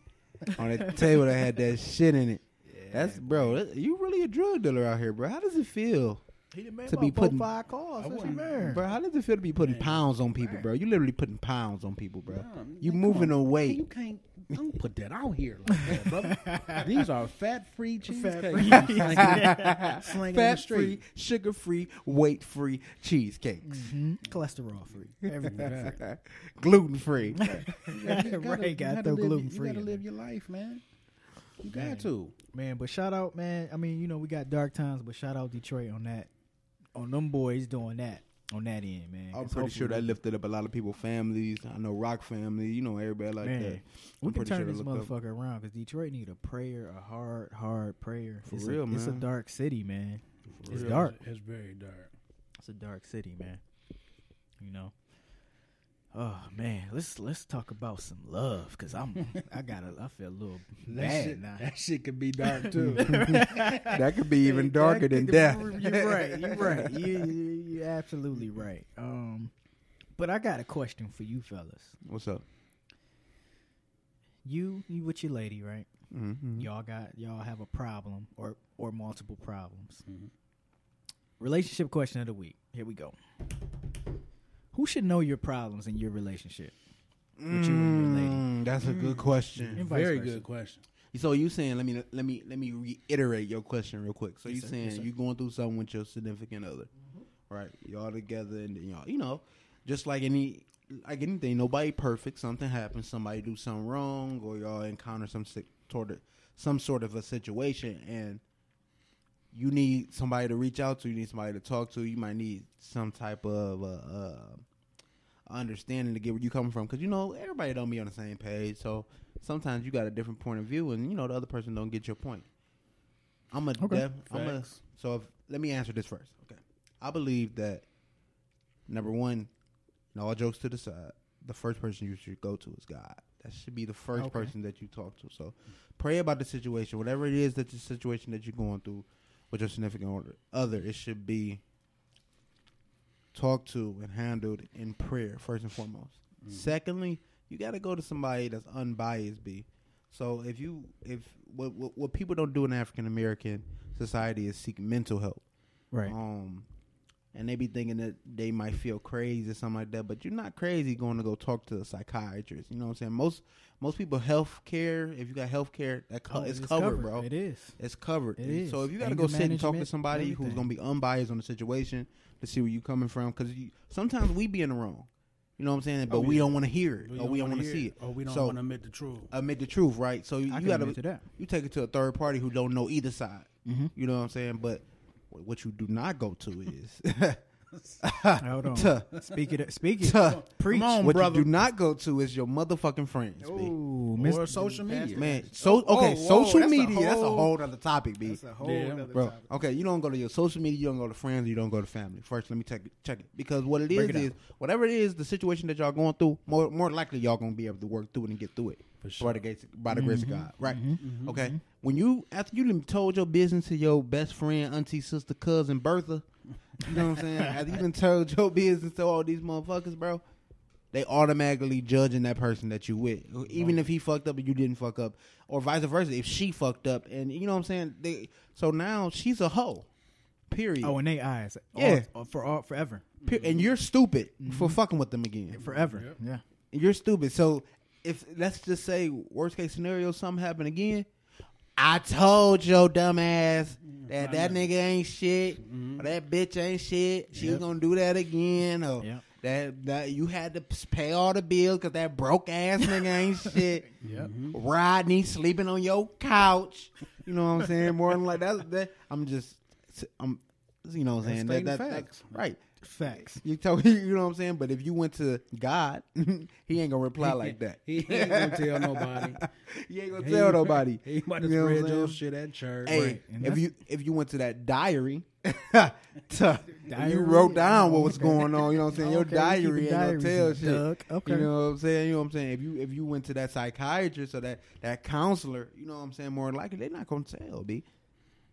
[SPEAKER 3] on the table that had that shit in it.
[SPEAKER 2] Yeah,
[SPEAKER 3] That's bro, that, you really a drug dealer out here, bro. How does it feel,
[SPEAKER 2] he done made to
[SPEAKER 3] to be
[SPEAKER 2] be
[SPEAKER 3] putting-
[SPEAKER 2] five calls.
[SPEAKER 1] I
[SPEAKER 2] That's
[SPEAKER 1] wouldn't-
[SPEAKER 2] man.
[SPEAKER 3] bro? How does it feel to be putting
[SPEAKER 1] Man.
[SPEAKER 3] pounds on people, bro? You literally putting pounds on people, bro.
[SPEAKER 1] Nah,
[SPEAKER 3] You
[SPEAKER 1] man,
[SPEAKER 3] moving
[SPEAKER 1] come on.
[SPEAKER 3] away.
[SPEAKER 1] You can't don't put that out here like that, brother. These are fat-free cheesecakes.
[SPEAKER 2] Fat-free.
[SPEAKER 1] you slinging- slinging in the
[SPEAKER 3] Fat free,
[SPEAKER 1] street.
[SPEAKER 3] sugar free, weight free cheesecakes,
[SPEAKER 2] Mhm. Cholesterol free. Everything.
[SPEAKER 3] gluten free.
[SPEAKER 1] You gotta-
[SPEAKER 2] Ray
[SPEAKER 1] you
[SPEAKER 2] got
[SPEAKER 1] gotta
[SPEAKER 2] the
[SPEAKER 1] live-
[SPEAKER 2] gluten free
[SPEAKER 1] You
[SPEAKER 2] in
[SPEAKER 1] gotta
[SPEAKER 2] there.
[SPEAKER 1] live your life, man. You
[SPEAKER 2] Man.
[SPEAKER 1] got to.
[SPEAKER 2] Man, but shout out, man. I mean, you know, we got dark times, but shout out Detroit on that. On them boys doing that on that end, man.
[SPEAKER 3] I'm
[SPEAKER 2] 'Cause
[SPEAKER 3] pretty sure
[SPEAKER 2] hopefully-
[SPEAKER 3] that lifted up a lot of people, families. I know rock family. You know everybody like
[SPEAKER 2] Man,
[SPEAKER 3] that.
[SPEAKER 2] we
[SPEAKER 3] I'm
[SPEAKER 2] can
[SPEAKER 3] pretty
[SPEAKER 2] turn
[SPEAKER 3] sure it
[SPEAKER 2] this
[SPEAKER 3] looked up.
[SPEAKER 2] motherfucker around because Detroit need a prayer, a hard, hard prayer.
[SPEAKER 3] For
[SPEAKER 2] it's
[SPEAKER 3] real,
[SPEAKER 2] a, It's a
[SPEAKER 3] man.
[SPEAKER 2] dark city, man.
[SPEAKER 1] For
[SPEAKER 2] It's
[SPEAKER 1] real,
[SPEAKER 2] dark.
[SPEAKER 1] It's very dark.
[SPEAKER 2] It's a dark city, man. You know. Oh man, let's let's talk about some love because I'm I got a I feel a little
[SPEAKER 1] That
[SPEAKER 2] bad
[SPEAKER 1] shit,
[SPEAKER 2] now.
[SPEAKER 1] that shit could be dark too.
[SPEAKER 3] That could be even darker than death.
[SPEAKER 2] You're right. You're right. You, you, you're absolutely right. Um, but I got a question for you, fellas.
[SPEAKER 3] What's up?
[SPEAKER 2] You you with your lady, right?
[SPEAKER 3] Mm-hmm.
[SPEAKER 2] y'all got y'all have a problem or or multiple problems.
[SPEAKER 3] Mm-hmm.
[SPEAKER 1] Mhm.
[SPEAKER 2] Relationship question of the week. Here we go. Who should know your problems in your relationship? What you and your lady.
[SPEAKER 3] Mm, that's a good
[SPEAKER 2] Yeah.
[SPEAKER 3] question.
[SPEAKER 2] vice
[SPEAKER 1] very
[SPEAKER 2] versa.
[SPEAKER 1] good question.
[SPEAKER 3] So you saying? Let me let me let me reiterate your question real quick. So
[SPEAKER 2] Yes,
[SPEAKER 3] you
[SPEAKER 2] sir.
[SPEAKER 3] saying
[SPEAKER 2] Yes, sir.
[SPEAKER 3] you going through something with your significant other, right? Y'all together and then y'all, you know, just like any like anything, nobody perfect. Something happens. Somebody do something wrong, or y'all encounter some si- sort of some sort of a situation, and you need somebody to reach out to. You need somebody to talk to. You might need some type of uh, uh, understanding to get where you coming from, because you know everybody don't be on the same page. So sometimes you got a different point of view, and you know the other person don't get your point. I'm a
[SPEAKER 2] Okay.
[SPEAKER 3] def- I'm a
[SPEAKER 1] Facts.
[SPEAKER 3] so if, let me answer this first. Okay, I believe that number one, and all jokes to the side, the first person you should go to is God. That should be the first
[SPEAKER 2] Okay.
[SPEAKER 3] person that you talk to. So pray about the situation, whatever it is that the situation that you're going through with your significant other- other. It should be talked to and handled in prayer first and foremost. Secondly, you got to go to somebody that's unbiased. Be so if you if what what, what people don't do in African American society is seek mental help.
[SPEAKER 2] Right.
[SPEAKER 3] Um, and they be thinking that they might feel crazy or something like that, but you're not crazy going to go talk to a psychiatrist. You know what I'm saying? Most most people health care. If you got health care, that co-
[SPEAKER 2] Oh,
[SPEAKER 3] it's,
[SPEAKER 2] it's
[SPEAKER 3] covered, bro.
[SPEAKER 2] It is.
[SPEAKER 3] It's covered.
[SPEAKER 2] It
[SPEAKER 3] And
[SPEAKER 2] is.
[SPEAKER 3] So if you got to
[SPEAKER 2] Anger
[SPEAKER 3] go sit and talk to
[SPEAKER 2] management,
[SPEAKER 3] somebody who's
[SPEAKER 2] everything.
[SPEAKER 3] going to be unbiased on the situation to see where you coming from, because sometimes we be in the wrong. You know what I'm saying? But
[SPEAKER 1] Oh,
[SPEAKER 3] we
[SPEAKER 1] yeah.
[SPEAKER 3] don't want to hear it, or we
[SPEAKER 1] wanna
[SPEAKER 3] don't want to
[SPEAKER 1] hear
[SPEAKER 3] see
[SPEAKER 1] it,
[SPEAKER 3] it.
[SPEAKER 1] or we don't
[SPEAKER 3] So-
[SPEAKER 1] want to admit the truth.
[SPEAKER 3] Admit the truth, right? So you,
[SPEAKER 2] I can
[SPEAKER 3] you got
[SPEAKER 2] admit to that.
[SPEAKER 3] you take it to a third party who don't know either side.
[SPEAKER 2] Mhm.
[SPEAKER 3] You know what I'm saying? But wh- what you do not go to is Ah,
[SPEAKER 2] Hold on.
[SPEAKER 3] Tuh.
[SPEAKER 2] Speak it. Speak it.
[SPEAKER 3] Tuh.
[SPEAKER 2] Preach.
[SPEAKER 1] Come on,
[SPEAKER 3] what
[SPEAKER 1] brother.
[SPEAKER 3] you do not go to is your motherfucking friends. B.
[SPEAKER 2] Ooh,
[SPEAKER 1] or
[SPEAKER 2] Mr.
[SPEAKER 1] social media.
[SPEAKER 3] Man, so
[SPEAKER 2] Oh,
[SPEAKER 3] okay,
[SPEAKER 2] whoa,
[SPEAKER 3] social
[SPEAKER 2] that's a
[SPEAKER 3] media. that's a
[SPEAKER 2] whole-
[SPEAKER 3] whole other topic, B.
[SPEAKER 2] That's a whole
[SPEAKER 1] Yeah,
[SPEAKER 2] other
[SPEAKER 3] Bro,
[SPEAKER 2] topic.
[SPEAKER 3] okay, you don't go to your social media, you don't go to friends, you don't go to family. First, let me check it, check it because what it is
[SPEAKER 2] Break it
[SPEAKER 3] is whatever it is, the situation that y'all going through, more more likely y'all gonna be able to work through it and get through it
[SPEAKER 1] For sure.
[SPEAKER 3] by the grace by the grace of
[SPEAKER 2] Mm-hmm.
[SPEAKER 3] God, right? Okay, when you after you done told your business to your best friend, auntie, sister, cousin, Bertha, you know what I'm saying? after you done told your business to all these motherfuckers, bro, they automatically judging that person that you with, even if he fucked up and you didn't fuck up, or vice versa. If she fucked up and you know what I'm saying, they so now she's a hoe. Period.
[SPEAKER 2] Oh, in they eyes. All-
[SPEAKER 3] Yeah.
[SPEAKER 2] all- uh, for all forever.
[SPEAKER 3] Pe- and you're stupid for fucking with them again.
[SPEAKER 2] Forever. Yeah.
[SPEAKER 3] You're stupid. So if let's just say worst case scenario, something happened again. I told your dumb ass
[SPEAKER 2] Mm-hmm.
[SPEAKER 3] that that nigga ain't shit, or that bitch ain't shit. She was
[SPEAKER 2] Yep.
[SPEAKER 3] gonna do that again, or
[SPEAKER 2] Yep.
[SPEAKER 3] that that you had to pay all the bills because that broke ass nigga ain't shit. Mm-hmm.
[SPEAKER 2] Yep.
[SPEAKER 3] Rodney sleeping on your couch. You know what I'm saying? More than like that. that I'm just, I'm, you know what I'm saying? That,
[SPEAKER 1] Stating
[SPEAKER 3] that, that-
[SPEAKER 1] facts.
[SPEAKER 3] right.
[SPEAKER 2] Facts.
[SPEAKER 3] You tell you know what I'm saying, but if you went to God, he ain't gonna reply like that.
[SPEAKER 1] he ain't gonna tell nobody.
[SPEAKER 3] He ain't gonna
[SPEAKER 1] He-
[SPEAKER 3] tell nobody.
[SPEAKER 1] He about to
[SPEAKER 3] You know what I'm
[SPEAKER 1] spread your
[SPEAKER 3] saying?
[SPEAKER 1] shit at church.
[SPEAKER 3] Hey,
[SPEAKER 2] Right. And
[SPEAKER 3] if
[SPEAKER 2] that's-
[SPEAKER 3] you if you went to that diary, to- and you
[SPEAKER 2] Diary?
[SPEAKER 3] wrote down what was
[SPEAKER 2] Okay.
[SPEAKER 3] going on. You know what I'm saying? Your
[SPEAKER 2] Oh, Okay, you keep a
[SPEAKER 3] diary ain't gonna
[SPEAKER 2] diary,
[SPEAKER 3] tell shit.
[SPEAKER 2] Doug. Okay.
[SPEAKER 3] You know what I'm saying? You know what I'm saying? If you if you went to that psychiatrist or that that counselor, you know what I'm saying? More likely they're not gonna tell, b.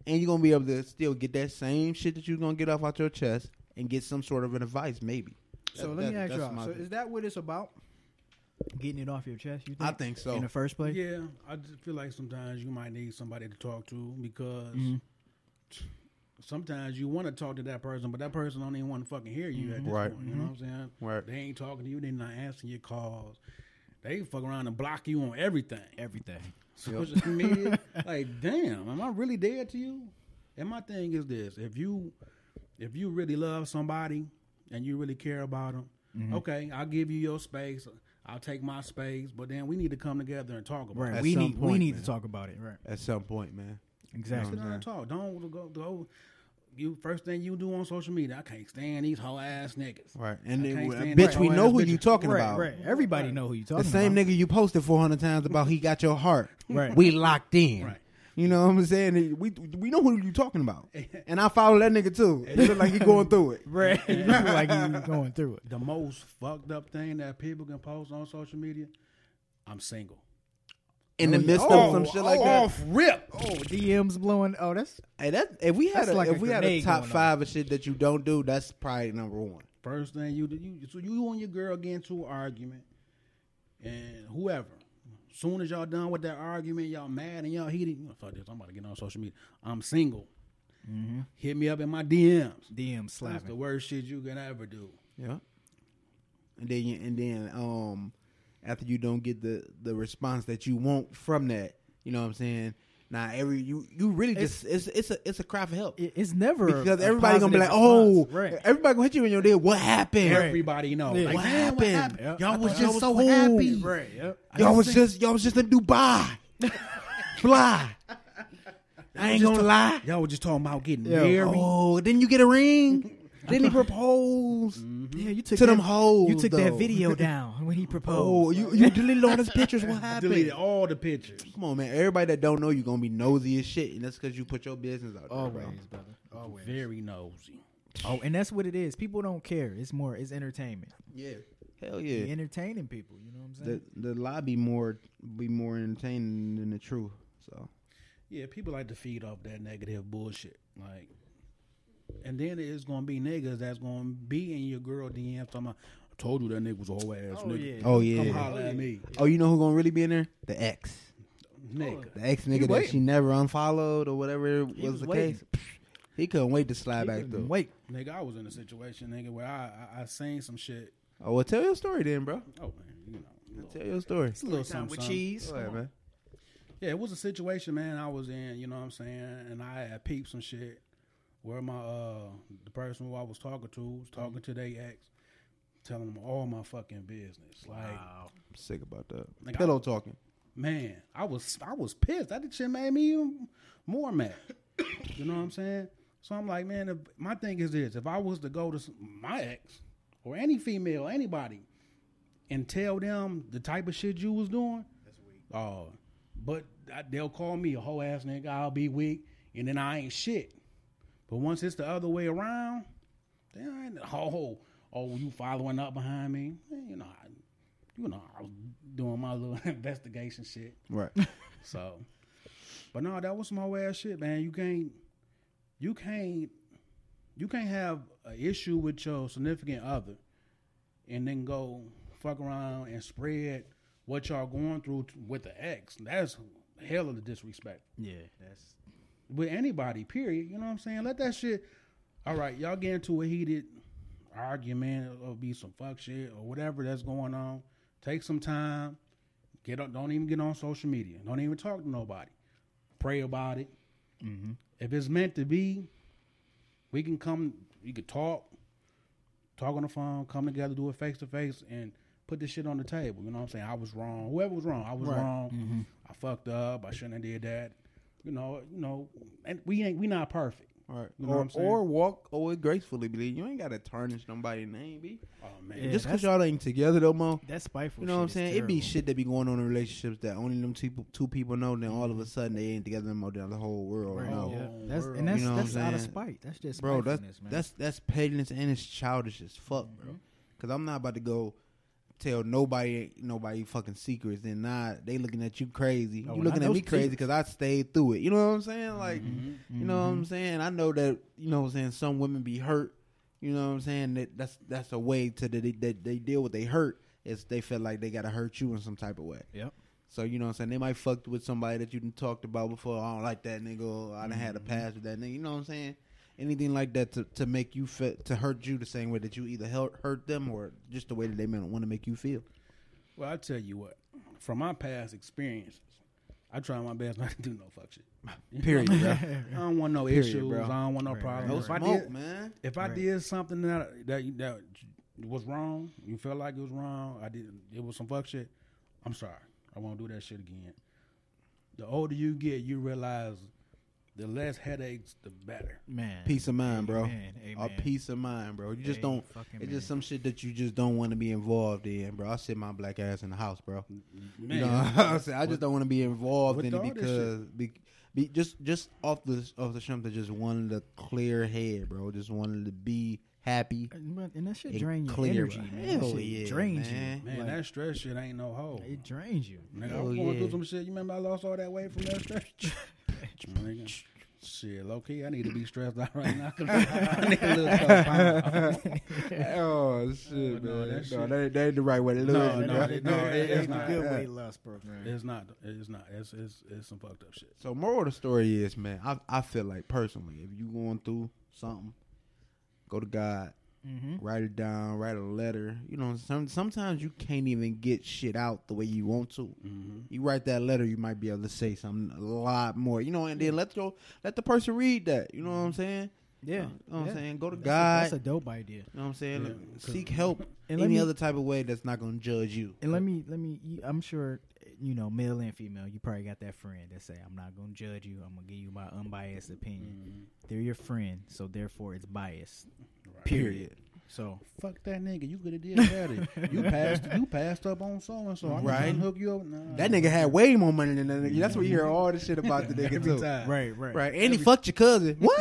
[SPEAKER 3] And you're gonna be able to still get that same shit that you're gonna get off out your chest and get some sort of an advice, maybe.
[SPEAKER 2] So
[SPEAKER 3] That-
[SPEAKER 2] let me
[SPEAKER 3] that-
[SPEAKER 2] ask
[SPEAKER 3] that's
[SPEAKER 2] y'all.
[SPEAKER 3] my
[SPEAKER 2] So
[SPEAKER 3] view.
[SPEAKER 2] is that what it's about? Getting it off your chest? You think?
[SPEAKER 3] I think so.
[SPEAKER 2] in the first place.
[SPEAKER 1] Yeah, I just feel like sometimes you might need somebody to talk to because
[SPEAKER 3] Mm-hmm.
[SPEAKER 2] Mhm.
[SPEAKER 1] sometimes you want to talk to that person, but that person don't even want to fucking hear you at this
[SPEAKER 3] Mm-hmm. Right.
[SPEAKER 1] point. You know what I'm saying?
[SPEAKER 3] Right.
[SPEAKER 1] They ain't talking to you. They not answering your calls. They fuck around and block you on everything.
[SPEAKER 2] Everything.
[SPEAKER 1] Social media. like, damn, am I really dead to you? And my thing is this: if you, if
[SPEAKER 3] Mm-hmm.
[SPEAKER 1] you really love somebody and you really care about them, okay, I'll give you your space. I'll take my space, but then we need to come together and talk about
[SPEAKER 2] Right.
[SPEAKER 1] it.
[SPEAKER 3] At
[SPEAKER 2] we
[SPEAKER 3] some
[SPEAKER 2] need we
[SPEAKER 3] point,
[SPEAKER 2] need
[SPEAKER 3] man.
[SPEAKER 2] to talk about it. Right.
[SPEAKER 3] at some point, man.
[SPEAKER 2] Exactly.
[SPEAKER 1] Sit down and talk. Don't go, go. You first thing you do on social media. I can't stand these whole ass niggas.
[SPEAKER 3] Right. And
[SPEAKER 1] I
[SPEAKER 3] then,
[SPEAKER 1] can't stand
[SPEAKER 3] bitch,
[SPEAKER 1] that
[SPEAKER 3] we
[SPEAKER 1] whole
[SPEAKER 3] know
[SPEAKER 1] ass
[SPEAKER 3] who
[SPEAKER 1] bitch.
[SPEAKER 3] you talking
[SPEAKER 2] right.
[SPEAKER 3] about.
[SPEAKER 2] Right. Everybody know who you talking
[SPEAKER 3] The same
[SPEAKER 2] about.
[SPEAKER 3] nigga you posted 400 times about he got your heart.
[SPEAKER 2] Right.
[SPEAKER 3] We locked in.
[SPEAKER 1] Right.
[SPEAKER 3] You know what I'm saying? We we know who you talking about. And I follow that nigga too. It look like he going through it.
[SPEAKER 2] Right. You look like you going through it.
[SPEAKER 1] The most fucked up thing that people can post on social media. I'm single.
[SPEAKER 3] In the midst
[SPEAKER 2] Oh,
[SPEAKER 3] of some shit like that.
[SPEAKER 1] Off rip.
[SPEAKER 2] Oh, DMs blowing. Oh, that's
[SPEAKER 3] Hey, that if we had
[SPEAKER 2] That's
[SPEAKER 3] a,
[SPEAKER 2] like
[SPEAKER 3] if
[SPEAKER 2] a
[SPEAKER 3] we had a
[SPEAKER 2] grenade
[SPEAKER 3] top
[SPEAKER 2] going on.
[SPEAKER 3] five of shit that you don't do, that's probably number one.
[SPEAKER 1] First thing you do, you so you and your girl get into an argument, and whoever. Soon as y'all done with that argument, y'all mad and y'all heated. You know, fuck this. I'm about to get on social media. I'm single. Hit me up in my DMs.
[SPEAKER 2] DM
[SPEAKER 1] That's the
[SPEAKER 2] slapping.
[SPEAKER 1] worst shit you can ever do.
[SPEAKER 3] Yeah. And then you, and then um after you don't get the the response that you want from that, you know what I'm saying? Now every you you really just it's it's, a it's a cry for help.
[SPEAKER 2] It- It's never
[SPEAKER 3] because
[SPEAKER 2] a
[SPEAKER 3] everybody gonna be like,
[SPEAKER 2] positive
[SPEAKER 3] "Oh,
[SPEAKER 2] response. right.
[SPEAKER 3] everybody gonna hit you in your day. What happened?
[SPEAKER 2] Right.
[SPEAKER 1] Everybody knows.
[SPEAKER 2] Yeah.
[SPEAKER 1] Like,
[SPEAKER 3] What
[SPEAKER 1] "Man,
[SPEAKER 3] happened?
[SPEAKER 2] Yep. I
[SPEAKER 1] Y'all was
[SPEAKER 2] thought
[SPEAKER 1] just
[SPEAKER 3] was
[SPEAKER 1] so
[SPEAKER 3] cool."
[SPEAKER 1] happy.
[SPEAKER 2] Right. Yep.
[SPEAKER 3] Y'all was just y'all was just in Dubai, fly. I ain't gonna lie.
[SPEAKER 1] Y'all were just talking about getting
[SPEAKER 2] Yeah.
[SPEAKER 1] married.
[SPEAKER 3] Oh, didn't you get a ring? Didn't he propose?
[SPEAKER 2] Yeah, Mm-hmm. you took
[SPEAKER 3] To them
[SPEAKER 2] that-
[SPEAKER 3] hoes,
[SPEAKER 2] You took
[SPEAKER 3] though.
[SPEAKER 2] that video down when he proposed.
[SPEAKER 3] Oh, you you deleted all his pictures. What happened?
[SPEAKER 1] Deleted all the pictures.
[SPEAKER 3] Come on, man. Everybody that don't know you gonna be nosy as shit, and that's because you put your business out there.
[SPEAKER 2] always,
[SPEAKER 3] Bro.
[SPEAKER 2] brother. Always.
[SPEAKER 1] Very nosy.
[SPEAKER 2] Oh, and that's what it is. People don't care. It's more. It's entertainment.
[SPEAKER 3] Yeah, hell
[SPEAKER 2] You
[SPEAKER 3] yeah.
[SPEAKER 2] entertaining people. You know what I'm saying?
[SPEAKER 3] The the lie be more be more entertaining than the truth. So
[SPEAKER 1] Yeah, people like to feed off that negative bullshit. Like, and then it's gonna be niggas that's gonna be in your girl DMs talking about. I told you that nigga was a whole ass nigga.
[SPEAKER 3] oh
[SPEAKER 1] Come
[SPEAKER 3] yeah.
[SPEAKER 1] holler at me,
[SPEAKER 3] Oh, you know who gonna really be in there? The ex,
[SPEAKER 1] nigga.
[SPEAKER 3] the ex nigga that
[SPEAKER 2] waiting.
[SPEAKER 3] she never unfollowed or whatever was,
[SPEAKER 2] was
[SPEAKER 3] the
[SPEAKER 2] waiting.
[SPEAKER 3] case. He couldn't wait to slide back through.
[SPEAKER 2] Wait.
[SPEAKER 1] Nigga, I was in a situation, nigga, where I I, I seen some shit.
[SPEAKER 3] Oh, well, tell your story then, bro.
[SPEAKER 1] Oh man, you know, little-
[SPEAKER 3] Tell your story.
[SPEAKER 1] it's a little something.
[SPEAKER 2] with
[SPEAKER 1] something.
[SPEAKER 2] cheese.
[SPEAKER 3] Go ahead, man.
[SPEAKER 1] Yeah, it was a situation, man, I was in, you know what I'm saying? And I had peeped some shit where my uh the person who I was talking to was
[SPEAKER 3] Mm-hmm.
[SPEAKER 1] talking to their ex, telling them all my fucking business. Like
[SPEAKER 2] Wow.
[SPEAKER 3] I'm sick about that.
[SPEAKER 1] Nigga,
[SPEAKER 3] Pillow talking.
[SPEAKER 1] man, I was I was pissed. That shit made me even more mad. you know what I'm saying? So I'm like, man, if, my thing is this: if I was to go to s- my ex or any female, anybody, and tell them the type of shit you was doing, oh, but I, they'll call me a whole ass nigga. I'll be weak, and then I ain't shit. But once it's the other way around, then I ain't oh oh you following up behind me. Man, you know, I, you know, I was doing my little investigation shit.
[SPEAKER 3] Right.
[SPEAKER 1] So, but no, that was some whole ass shit, man. You can't, you can't, you can't have an issue with your significant other, and then go fuck around and spread what y'all going through t- with the ex. That's hell of a disrespect
[SPEAKER 2] Yeah. That's
[SPEAKER 1] with anybody. Period. You know what I'm saying? Let that shit. All right, y'all get into a heated argument or be some fuck shit or whatever that's going on. Take some time. Get up. Don't even get on social media. Don't even talk to nobody. Pray about it.
[SPEAKER 3] Mm-hmm.
[SPEAKER 1] If it's meant to be, we can come. We could talk. Talk on the phone. Come together. Do it face to face and. Put this shit on the table. You know what I'm saying? I was wrong. Whoever was wrong, I was wrong. I fucked up. I shouldn't have did that you know, you know, and we ain't we not perfect.
[SPEAKER 3] Right.
[SPEAKER 1] You know what
[SPEAKER 3] or,
[SPEAKER 1] I'm saying?
[SPEAKER 3] or walk away gracefully, believe you ain't gotta tarnish nobody's name, B.
[SPEAKER 1] Oh man,
[SPEAKER 2] Yeah,
[SPEAKER 3] Just cause
[SPEAKER 2] that's-
[SPEAKER 3] y'all ain't together though, mo.
[SPEAKER 2] that's spiteful.
[SPEAKER 3] You know what I'm
[SPEAKER 2] shit.
[SPEAKER 3] saying?
[SPEAKER 2] It's
[SPEAKER 3] It be
[SPEAKER 2] terrible.
[SPEAKER 3] shit that be going on in relationships that only them two, peop- two people know. Then all of a sudden they ain't together no more. Then the whole world
[SPEAKER 2] Right.
[SPEAKER 3] know.
[SPEAKER 2] Yeah.
[SPEAKER 1] Oh,
[SPEAKER 2] That's
[SPEAKER 1] world.
[SPEAKER 2] and that's
[SPEAKER 3] You know what I'm
[SPEAKER 2] that's out of
[SPEAKER 3] saying?
[SPEAKER 2] spite. That's just
[SPEAKER 3] bro. That's
[SPEAKER 2] spitefulness, man.
[SPEAKER 3] that's that's pettiness and it's childish as fuck, bro.
[SPEAKER 2] Mm-hmm.
[SPEAKER 3] Because I'm not about to go tell nobody nobody fucking secrets. And nah, they looking at you crazy.
[SPEAKER 2] Oh,
[SPEAKER 3] you
[SPEAKER 2] not
[SPEAKER 3] looking at
[SPEAKER 2] those
[SPEAKER 3] me
[SPEAKER 2] secrets.
[SPEAKER 3] crazy
[SPEAKER 2] Mm-hmm.
[SPEAKER 3] because I stayed through it. You know what I'm saying? Like, you know what I'm saying? I know that you know what I'm saying. Some women be hurt. You know what I'm saying? That that's that's a way to that they, that they deal with they hurt. Is they feel like they gotta hurt you in some type of way.
[SPEAKER 2] yep.
[SPEAKER 3] So you know what I'm saying? They might fucked with somebody that you done talked about before. I don't like that nigga. Or I done had a
[SPEAKER 2] Mm-hmm.
[SPEAKER 3] past with that nigga. You know what I'm saying? Anything like that to, to make you feel to hurt you the same way that you either hurt, hurt them or just the way that they want to make you feel.
[SPEAKER 1] well, I tell you what, from my past experiences, I try my best not to do no fuck shit.
[SPEAKER 3] Period, bro.
[SPEAKER 1] I don't want no
[SPEAKER 3] Period,
[SPEAKER 1] issues.
[SPEAKER 3] bro.
[SPEAKER 1] I don't want no
[SPEAKER 2] Right,
[SPEAKER 1] problems.
[SPEAKER 3] No
[SPEAKER 1] If I
[SPEAKER 3] smoke,
[SPEAKER 1] did,
[SPEAKER 3] man.
[SPEAKER 1] if I
[SPEAKER 2] Right.
[SPEAKER 1] did something that that that was wrong, you felt like it was wrong, I did it was some fuck shit, I'm sorry. I won't do that shit again. The older you get, you realize the less headaches, the better.
[SPEAKER 2] man.
[SPEAKER 3] Peace of mind, bro.
[SPEAKER 2] Amen,
[SPEAKER 3] A
[SPEAKER 2] amen.
[SPEAKER 3] peace of mind, bro. You just don't.
[SPEAKER 2] Fucking
[SPEAKER 3] It's just
[SPEAKER 2] man.
[SPEAKER 3] some shit that you just don't want to be involved in, bro. I sit my black ass in the house, bro.
[SPEAKER 1] Man,
[SPEAKER 3] You know, I'm saying? I just don't want to be involved
[SPEAKER 1] with
[SPEAKER 3] in it
[SPEAKER 1] all this
[SPEAKER 3] because be, be just just off the off the jump, I just wanted a clear head, bro. Just wanted to be happy.
[SPEAKER 2] But- and that shit
[SPEAKER 3] and
[SPEAKER 2] drain your
[SPEAKER 3] clear,
[SPEAKER 2] energy,
[SPEAKER 3] bro.
[SPEAKER 2] man. That
[SPEAKER 3] Hell
[SPEAKER 2] shit
[SPEAKER 3] yeah,
[SPEAKER 2] drains
[SPEAKER 3] man.
[SPEAKER 2] you.
[SPEAKER 1] man,
[SPEAKER 2] Like,
[SPEAKER 1] that stress shit ain't no hoe.
[SPEAKER 2] it drains you.
[SPEAKER 1] Nigga,
[SPEAKER 3] Oh,
[SPEAKER 1] I'm going
[SPEAKER 3] yeah.
[SPEAKER 1] through some shit. You remember I lost all that weight from that stress? Nigga, shit, low key, I need to be stressed out right now. 'cause I need a little tough pound.
[SPEAKER 3] oh shit,
[SPEAKER 1] no,
[SPEAKER 3] man.
[SPEAKER 1] that
[SPEAKER 3] No,
[SPEAKER 1] shit-
[SPEAKER 3] that, that ain't the right way to look
[SPEAKER 1] No,
[SPEAKER 3] at it.
[SPEAKER 1] no,
[SPEAKER 3] bro.
[SPEAKER 1] it- no, it- it's
[SPEAKER 2] a
[SPEAKER 1] not.
[SPEAKER 2] good weight loss program.
[SPEAKER 1] It's not. It's not. It's it's it's some fucked up shit.
[SPEAKER 3] So moral of the story is, man, I I feel like personally, if you going through something, go to God,
[SPEAKER 2] Mm-hmm.
[SPEAKER 3] write it down, write a letter. You know, some sometimes you can't even get shit out the way you want to.
[SPEAKER 1] Mm-hmm.
[SPEAKER 3] You write that letter, you might be able to say something a lot more. You know, and then let your let the person read that. You know what
[SPEAKER 1] Mm-hmm.
[SPEAKER 3] I'm saying?
[SPEAKER 2] Yeah,
[SPEAKER 3] You know what
[SPEAKER 2] yeah.
[SPEAKER 3] I'm saying? Go to
[SPEAKER 2] That's a-
[SPEAKER 3] God.
[SPEAKER 2] that's a dope idea.
[SPEAKER 3] you know what I'm saying?
[SPEAKER 1] Yeah,
[SPEAKER 3] Look,
[SPEAKER 1] 'cause-
[SPEAKER 3] Seek help
[SPEAKER 2] And let
[SPEAKER 3] any
[SPEAKER 2] me-
[SPEAKER 3] other type of way that's not going to judge you.
[SPEAKER 2] And let me let me. You, I'm sure you know, male and female. You probably got that friend that say, "I'm not gonna judge you. I'm gonna give you my unbiased opinion."
[SPEAKER 3] Mm-hmm.
[SPEAKER 2] They're your friend, so therefore it's biased.
[SPEAKER 1] Right.
[SPEAKER 3] Period.
[SPEAKER 2] So
[SPEAKER 1] Fuck that nigga. You could have did better. you passed. You passed up on so and so. I'm
[SPEAKER 3] Right.
[SPEAKER 1] right. Hook you up. Nah.
[SPEAKER 3] That nigga had way more money than that nigga. That's what you hear all the shit about the nigga
[SPEAKER 1] Every
[SPEAKER 3] too.
[SPEAKER 1] time.
[SPEAKER 2] right, right,
[SPEAKER 3] Right, and he fucked your cousin. What?